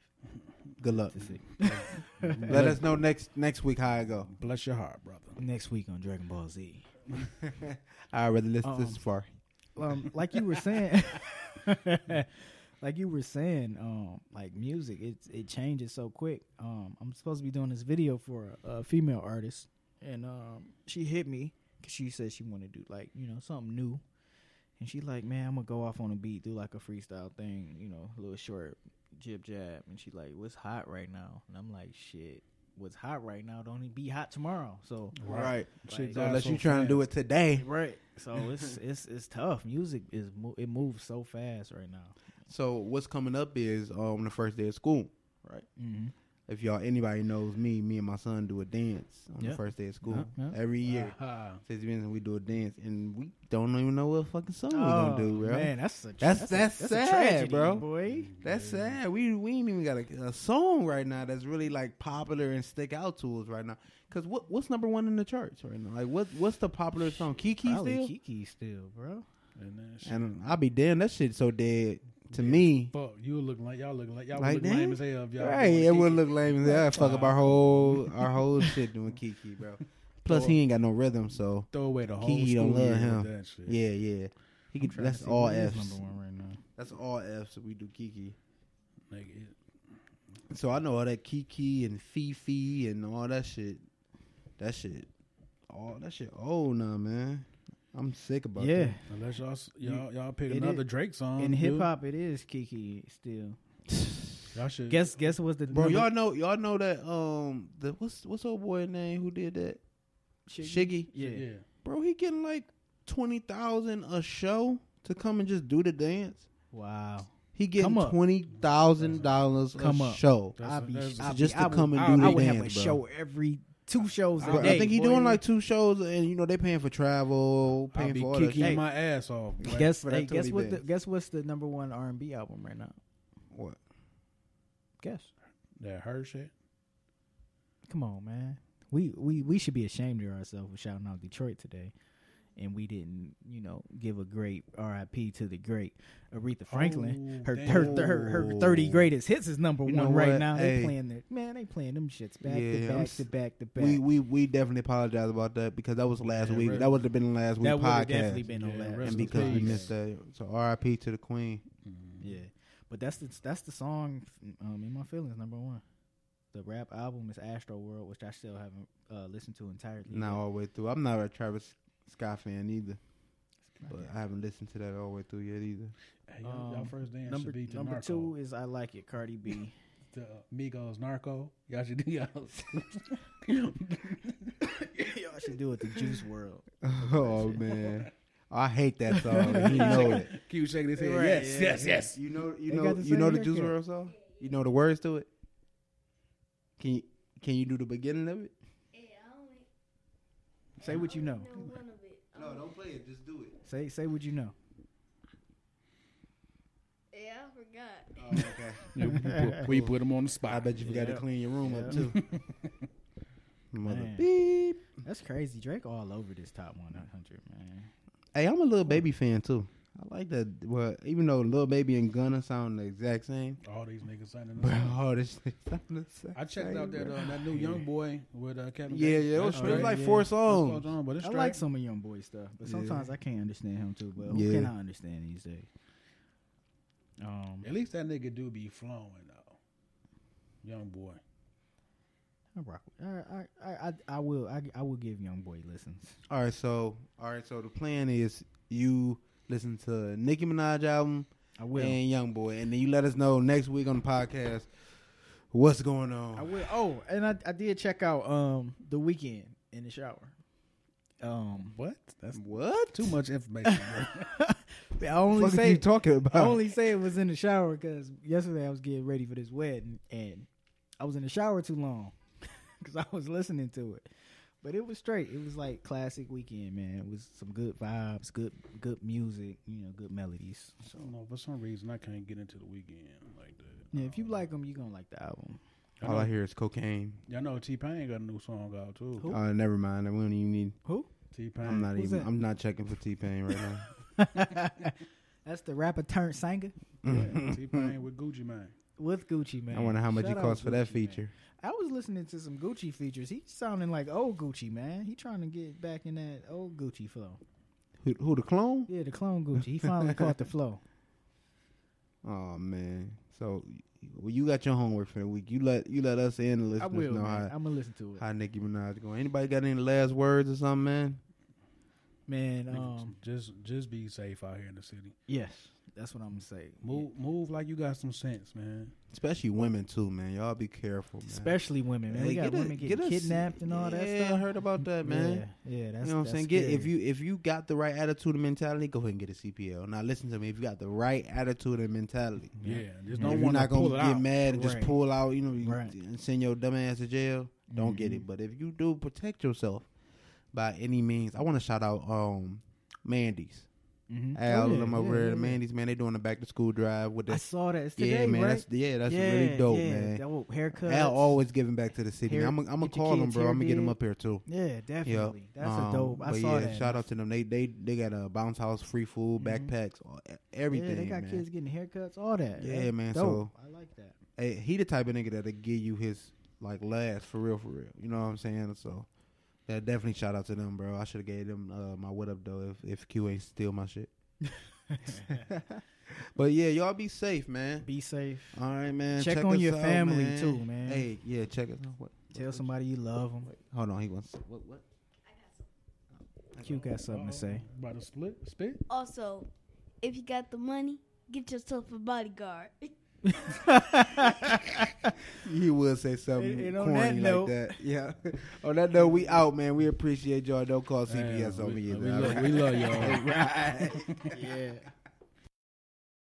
[SPEAKER 3] Good luck.
[SPEAKER 2] to see
[SPEAKER 3] Let us know next next week how it go.
[SPEAKER 1] Bless your heart, brother.
[SPEAKER 2] next week on Dragon Ball Z.
[SPEAKER 3] All right, brother. Let's
[SPEAKER 2] Um,
[SPEAKER 3] this far.
[SPEAKER 2] Um, like you were saying, like you were saying, um, like music, it it changes so quick. Um, I'm supposed to be doing this video for a, a female artist, and um, she hit me because she said she wanted to do like you know something new, and she like, man, I'm gonna go off on a beat, do like a freestyle thing, you know, a little short jib jab, and she like, what's hot right now, and I'm like, shit. What's hot right now don't even be hot tomorrow. So
[SPEAKER 3] Right.
[SPEAKER 1] Shit
[SPEAKER 2] So
[SPEAKER 1] died
[SPEAKER 3] unless
[SPEAKER 1] so
[SPEAKER 3] you trying to do
[SPEAKER 1] fast.
[SPEAKER 3] it today.
[SPEAKER 2] Right. So it's it's it's tough. Music is mo- it moves so fast right now.
[SPEAKER 3] So what's coming up is um the first day of school. Right.
[SPEAKER 2] Mm-hmm.
[SPEAKER 3] If y'all anybody knows me, me and my son do a dance on the
[SPEAKER 2] Yeah.
[SPEAKER 3] first day of school
[SPEAKER 2] Yeah, yeah.
[SPEAKER 3] every year.
[SPEAKER 1] Ah,
[SPEAKER 3] Since he we do a dance, and we don't even know what fucking song we're gonna do, bro.
[SPEAKER 2] Oh, Man, that's a
[SPEAKER 3] That's-
[SPEAKER 2] that's
[SPEAKER 3] that's
[SPEAKER 2] a, that's a
[SPEAKER 3] sad,
[SPEAKER 2] tragedy,
[SPEAKER 3] bro.
[SPEAKER 2] Boy,
[SPEAKER 3] That's sad. We we ain't even got a, a song right now that's really like popular and stick out to us right now. Cause what what's number one in the charts right now? Like what what's the popular song? Kiki
[SPEAKER 2] Probably
[SPEAKER 3] still.
[SPEAKER 2] Kiki still, bro.
[SPEAKER 1] and then shit.
[SPEAKER 3] And I'll be damn, that shit so dead to me.
[SPEAKER 1] Fuck, you look like y'all look like y'all
[SPEAKER 3] Like
[SPEAKER 1] look lame
[SPEAKER 3] that?
[SPEAKER 1] as hell. If y'all
[SPEAKER 3] Right,
[SPEAKER 1] doing
[SPEAKER 3] it would
[SPEAKER 1] Kiki.
[SPEAKER 3] look lame as hell. Fuck up our whole our whole shit doing Kiki, bro. Plus he ain't got no rhythm, so
[SPEAKER 1] throw away the whole
[SPEAKER 3] Kiki don't
[SPEAKER 1] school
[SPEAKER 3] love
[SPEAKER 1] year
[SPEAKER 3] him.
[SPEAKER 1] with that shit.
[SPEAKER 3] yeah, yeah.
[SPEAKER 2] I'm
[SPEAKER 3] He could,
[SPEAKER 2] trying
[SPEAKER 3] that's
[SPEAKER 2] to see
[SPEAKER 3] all
[SPEAKER 2] what is
[SPEAKER 3] F's.
[SPEAKER 2] Number one right now.
[SPEAKER 3] That's all F's. We do Kiki.
[SPEAKER 1] Like, it,
[SPEAKER 3] So I know all that Kiki and Fifi and all that shit. That shit, all that shit old now, man. I'm sick about
[SPEAKER 2] yeah,
[SPEAKER 3] that. Um,
[SPEAKER 1] unless y'all s- y'all y'all pick
[SPEAKER 2] It
[SPEAKER 1] another
[SPEAKER 2] is-
[SPEAKER 1] Drake song
[SPEAKER 2] in
[SPEAKER 1] dude,
[SPEAKER 2] hip hop it is Kiki still.
[SPEAKER 1] y'all should
[SPEAKER 2] Guess guess what's the
[SPEAKER 3] bro.
[SPEAKER 2] number-
[SPEAKER 3] Y'all know, y'all know that um, the what's what's old boy name who did that? Shiggy.
[SPEAKER 2] Yeah.
[SPEAKER 1] yeah.
[SPEAKER 3] Bro, he getting like twenty thousand a show to come and just do the dance.
[SPEAKER 2] Wow.
[SPEAKER 3] He getting
[SPEAKER 2] Come up.
[SPEAKER 3] twenty thousand dollars a
[SPEAKER 2] Come up.
[SPEAKER 3] show.
[SPEAKER 1] That's
[SPEAKER 2] I'll
[SPEAKER 1] a-
[SPEAKER 2] be,
[SPEAKER 1] that's a-
[SPEAKER 2] I'll be-
[SPEAKER 3] Just to
[SPEAKER 2] I would-
[SPEAKER 3] come and
[SPEAKER 2] I,
[SPEAKER 3] do
[SPEAKER 2] I
[SPEAKER 3] they
[SPEAKER 2] would have a
[SPEAKER 3] dance, bro.
[SPEAKER 2] show every two shows a
[SPEAKER 3] Bro,
[SPEAKER 2] day.
[SPEAKER 3] I think he
[SPEAKER 2] boy.
[SPEAKER 3] doing like two shows, and you know they paying for travel,
[SPEAKER 1] I'll
[SPEAKER 3] paying
[SPEAKER 1] be
[SPEAKER 3] for all that
[SPEAKER 1] kicking
[SPEAKER 3] shit.
[SPEAKER 2] Hey.
[SPEAKER 1] my ass off. boy.
[SPEAKER 2] Guess
[SPEAKER 3] But I
[SPEAKER 2] hey,
[SPEAKER 3] told
[SPEAKER 2] guess
[SPEAKER 3] you
[SPEAKER 2] what? The,
[SPEAKER 3] this.
[SPEAKER 2] guess what's the number one R and B album right now?
[SPEAKER 3] What?
[SPEAKER 2] Guess.
[SPEAKER 1] that her shit.
[SPEAKER 2] Come on, man. We we we should be ashamed of ourselves for shouting out Detroit today, and we didn't, you know, give a great R.I.P. to the great Aretha Franklin.
[SPEAKER 1] Oh,
[SPEAKER 2] her,
[SPEAKER 1] damn.
[SPEAKER 2] her her her
[SPEAKER 3] Oh.
[SPEAKER 2] thirty greatest hits is number
[SPEAKER 3] You know
[SPEAKER 2] one right
[SPEAKER 3] what?
[SPEAKER 2] now.
[SPEAKER 3] Hey.
[SPEAKER 2] They playing the man, they playing them shits back
[SPEAKER 3] Yeah,
[SPEAKER 2] to
[SPEAKER 3] I'm
[SPEAKER 2] back
[SPEAKER 3] s-
[SPEAKER 2] to back to back.
[SPEAKER 3] We, we we definitely apologize about that because that was last
[SPEAKER 1] Yeah,
[SPEAKER 3] week.
[SPEAKER 1] right.
[SPEAKER 3] That would have been the last week
[SPEAKER 2] that would
[SPEAKER 3] podcast.
[SPEAKER 2] have definitely been
[SPEAKER 1] Yeah,
[SPEAKER 2] on that.
[SPEAKER 1] rest
[SPEAKER 3] and
[SPEAKER 1] in
[SPEAKER 3] because we
[SPEAKER 1] peace.
[SPEAKER 3] missed that, so R.I.P. to the Queen.
[SPEAKER 2] Yeah, but that's the that's the song um, in my feelings number one. The rap album is Astro World, which I still haven't uh, listened to entirely.
[SPEAKER 3] Not all the way through. I'm not a Travis Scott fan either,
[SPEAKER 2] yet.
[SPEAKER 3] but I haven't listened to that all the way through yet either.
[SPEAKER 1] Hey, y'all, y'all
[SPEAKER 2] Um,
[SPEAKER 1] first dance
[SPEAKER 2] number
[SPEAKER 1] should be to
[SPEAKER 2] number
[SPEAKER 1] Narco.
[SPEAKER 2] two is I Like It, Cardi B.
[SPEAKER 1] the uh, Migos Narco. Y'all should do y'all.
[SPEAKER 2] Y'all should do it the Juice World.
[SPEAKER 3] Oh man, I hate that song. you know it.
[SPEAKER 1] Keep shaking his head.
[SPEAKER 2] Right,
[SPEAKER 1] yes,
[SPEAKER 2] yeah,
[SPEAKER 1] yes, yes.
[SPEAKER 3] You know you
[SPEAKER 2] They
[SPEAKER 3] know
[SPEAKER 2] got the
[SPEAKER 3] you know
[SPEAKER 2] same
[SPEAKER 3] the Juice
[SPEAKER 2] haircut.
[SPEAKER 3] WRLD song. You know the words to it. Can you, can you do the beginning of it?
[SPEAKER 2] Say what you know.
[SPEAKER 3] No, don't play it. Just do it.
[SPEAKER 2] Say say what you know.
[SPEAKER 4] Yeah, I
[SPEAKER 3] Oh,
[SPEAKER 4] forgot.
[SPEAKER 3] okay.
[SPEAKER 1] You- you put- we put him on the spot.
[SPEAKER 3] I bet you forgot
[SPEAKER 2] Yeah.
[SPEAKER 3] to clean your room up
[SPEAKER 2] Yeah.
[SPEAKER 3] too. Mother
[SPEAKER 2] Man.
[SPEAKER 3] beep.
[SPEAKER 2] That's crazy. Drake all over this top one hundred, man.
[SPEAKER 3] Hey, I'm a little baby fan too. I I like that. Well, even though Lil Baby and Gunna sound the exact same,
[SPEAKER 1] All these niggas signing
[SPEAKER 3] bro,
[SPEAKER 1] up.
[SPEAKER 3] all this shit sound the same.
[SPEAKER 1] I checked out that uh, that new young boy with uh, Kevin.
[SPEAKER 3] yeah,
[SPEAKER 1] Gates.
[SPEAKER 3] yeah, it was,
[SPEAKER 1] That's
[SPEAKER 3] it
[SPEAKER 1] straight.
[SPEAKER 3] was like
[SPEAKER 2] yeah.
[SPEAKER 3] four
[SPEAKER 1] That's spot
[SPEAKER 3] songs.
[SPEAKER 1] on, but it's
[SPEAKER 2] I
[SPEAKER 1] straight.
[SPEAKER 2] like some of Young Boy stuff, but
[SPEAKER 3] Yeah.
[SPEAKER 2] sometimes I can't understand him too. But
[SPEAKER 3] Yeah.
[SPEAKER 2] who can I understand these days? Um,
[SPEAKER 1] At least that nigga do be flowing though. Young boy.
[SPEAKER 2] I rock. with- I I I, I will. I, I will give Young Boy listens.
[SPEAKER 3] All right, so all right, so the plan is you listen to Nicki Minaj album
[SPEAKER 2] I will.
[SPEAKER 3] and YoungBoy, and then you let us know next week on the podcast what's going on.
[SPEAKER 2] I will. Oh, and I, I did check out um the weekend in the shower. Um,
[SPEAKER 1] What? That's
[SPEAKER 3] what?
[SPEAKER 1] too much information. bro.
[SPEAKER 2] I only
[SPEAKER 3] What are you
[SPEAKER 2] say
[SPEAKER 3] talking about?
[SPEAKER 2] I only say it was in the shower because yesterday I was getting ready for this wedding and I was in the shower too long because I was listening to it. But it was straight. It was like classic weekend, man. It was some good vibes, good good music, you know, good melodies.
[SPEAKER 1] I don't know. For some reason, I can't get into the weekend like that.
[SPEAKER 2] Yeah, if you
[SPEAKER 3] Oh.
[SPEAKER 2] like them, you're gonna like the album.
[SPEAKER 3] All I hear is cocaine.
[SPEAKER 1] Y'all know T Pain got a new song out too.
[SPEAKER 2] Who?
[SPEAKER 3] Oh, never mind. We don't even need.
[SPEAKER 2] Who?
[SPEAKER 1] T
[SPEAKER 3] I'm
[SPEAKER 1] Pain.
[SPEAKER 3] not
[SPEAKER 2] Who's
[SPEAKER 3] even.
[SPEAKER 2] that?
[SPEAKER 3] I'm not checking for T Pain right now.
[SPEAKER 2] That's the rapper turned
[SPEAKER 1] T
[SPEAKER 2] singer
[SPEAKER 1] Pain with Gucci Mane.
[SPEAKER 2] with Gucci man.
[SPEAKER 3] I wonder how much
[SPEAKER 2] Shout
[SPEAKER 3] it
[SPEAKER 2] out
[SPEAKER 3] costs for that
[SPEAKER 2] Gucci Mane.
[SPEAKER 3] feature.
[SPEAKER 2] I was listening to some Gucci features. He's sounding like old Gucci man. He trying to get back in that old Gucci flow.
[SPEAKER 3] Who, who the clone?
[SPEAKER 2] Yeah, the clone Gucci. He finally caught the flow.
[SPEAKER 3] Oh man. So well, you got your homework for the week. You let you let us in the listeners
[SPEAKER 2] I will.
[SPEAKER 3] know
[SPEAKER 2] man.
[SPEAKER 3] how
[SPEAKER 2] I'm gonna listen to it,
[SPEAKER 3] how Nicki Minaj going. Anybody got any last words or something, man?
[SPEAKER 2] man.
[SPEAKER 1] Nigga,
[SPEAKER 2] Um,
[SPEAKER 1] just just be safe out here in the city.
[SPEAKER 2] yes, that's what I'm gonna say.
[SPEAKER 1] Move move like you got some sense, man.
[SPEAKER 3] Especially women too, man. Y'all be careful, man.
[SPEAKER 2] especially women, man.
[SPEAKER 3] Yeah,
[SPEAKER 2] we got
[SPEAKER 3] get a-
[SPEAKER 2] women
[SPEAKER 3] get
[SPEAKER 2] getting
[SPEAKER 3] a-
[SPEAKER 2] kidnapped and all that
[SPEAKER 3] yeah, I
[SPEAKER 2] stuff.
[SPEAKER 3] heard about that, man.
[SPEAKER 2] Yeah, yeah, that's
[SPEAKER 3] you know what I'm
[SPEAKER 2] that's
[SPEAKER 3] saying? Get if
[SPEAKER 2] scary.
[SPEAKER 3] you if you got the right attitude and mentality, go ahead and get a CPL. Now listen to me. If you got the right attitude and mentality,
[SPEAKER 1] Yeah, just
[SPEAKER 3] if
[SPEAKER 1] don't
[SPEAKER 3] you're
[SPEAKER 1] want to
[SPEAKER 3] not
[SPEAKER 1] pull
[SPEAKER 3] gonna
[SPEAKER 1] it
[SPEAKER 3] get
[SPEAKER 1] out.
[SPEAKER 3] mad and just
[SPEAKER 2] Right.
[SPEAKER 3] pull out, you know, you-
[SPEAKER 2] Right. Mm-hmm.
[SPEAKER 3] and send your dumb ass to jail, don't get it. But if you do, protect yourself by any means. I want to shout out um Mandy's.
[SPEAKER 2] Mhm.
[SPEAKER 3] Al
[SPEAKER 2] Oh,
[SPEAKER 3] and
[SPEAKER 2] yeah,
[SPEAKER 3] them over
[SPEAKER 2] yeah,
[SPEAKER 3] there,
[SPEAKER 2] yeah,
[SPEAKER 3] the
[SPEAKER 2] yeah.
[SPEAKER 3] Mandy's man, they doing the back to school drive with
[SPEAKER 2] I
[SPEAKER 3] the
[SPEAKER 2] saw that. It's
[SPEAKER 3] yeah,
[SPEAKER 2] today,
[SPEAKER 3] man.
[SPEAKER 2] right?
[SPEAKER 3] That's yeah, that's
[SPEAKER 2] yeah,
[SPEAKER 3] really dope,
[SPEAKER 2] yeah,
[SPEAKER 3] man.
[SPEAKER 2] Dope haircuts.
[SPEAKER 3] Al always giving back to the city.
[SPEAKER 2] Hair-
[SPEAKER 3] I'm I'm gonna
[SPEAKER 2] get your
[SPEAKER 3] call him,
[SPEAKER 2] kids'
[SPEAKER 3] bro.
[SPEAKER 2] hair
[SPEAKER 3] I'm gonna get him
[SPEAKER 2] did.
[SPEAKER 3] up here too.
[SPEAKER 2] Yeah,
[SPEAKER 3] Yeah,
[SPEAKER 2] definitely. That's a dope. I saw that.
[SPEAKER 3] Um,
[SPEAKER 2] Mm-hmm.
[SPEAKER 3] Shout out to them. They they they got a bounce house, free food, backpacks, all- everything.
[SPEAKER 2] Yeah, they got
[SPEAKER 3] man.
[SPEAKER 2] kids getting haircuts, all that.
[SPEAKER 3] Yeah,
[SPEAKER 2] That's
[SPEAKER 3] man,
[SPEAKER 2] Dope. I like that.
[SPEAKER 3] Hey, he the type of nigga that'll give you his like last for real, for real. You know what I'm saying? So yeah, definitely shout out to them, bro. I should have gave them uh, my what up though if if Q ain't steal my shit. but yeah, y'all be safe, man.
[SPEAKER 2] Be safe.
[SPEAKER 3] All right, man.
[SPEAKER 2] Check
[SPEAKER 3] Check,
[SPEAKER 2] on
[SPEAKER 3] us
[SPEAKER 2] your
[SPEAKER 3] out,
[SPEAKER 2] family,
[SPEAKER 3] man.
[SPEAKER 2] too, man.
[SPEAKER 3] Hey, yeah, check us out. What?
[SPEAKER 2] Tell somebody you love them.
[SPEAKER 3] Hold on, he wants what? What?
[SPEAKER 2] Q got something to say.
[SPEAKER 1] About to Uh, split spit.
[SPEAKER 4] Also, if you got the money, get yourself a bodyguard.
[SPEAKER 3] He would say something
[SPEAKER 2] And- and on
[SPEAKER 3] corny
[SPEAKER 2] that
[SPEAKER 3] like
[SPEAKER 2] note-
[SPEAKER 3] that. Yeah. on that note, we out, man. We appreciate y'all. Don't call
[SPEAKER 1] Damn,
[SPEAKER 3] CPS on
[SPEAKER 1] we-
[SPEAKER 3] me either.
[SPEAKER 1] we
[SPEAKER 3] all
[SPEAKER 1] love- we love y'all.
[SPEAKER 3] All right.
[SPEAKER 2] yeah.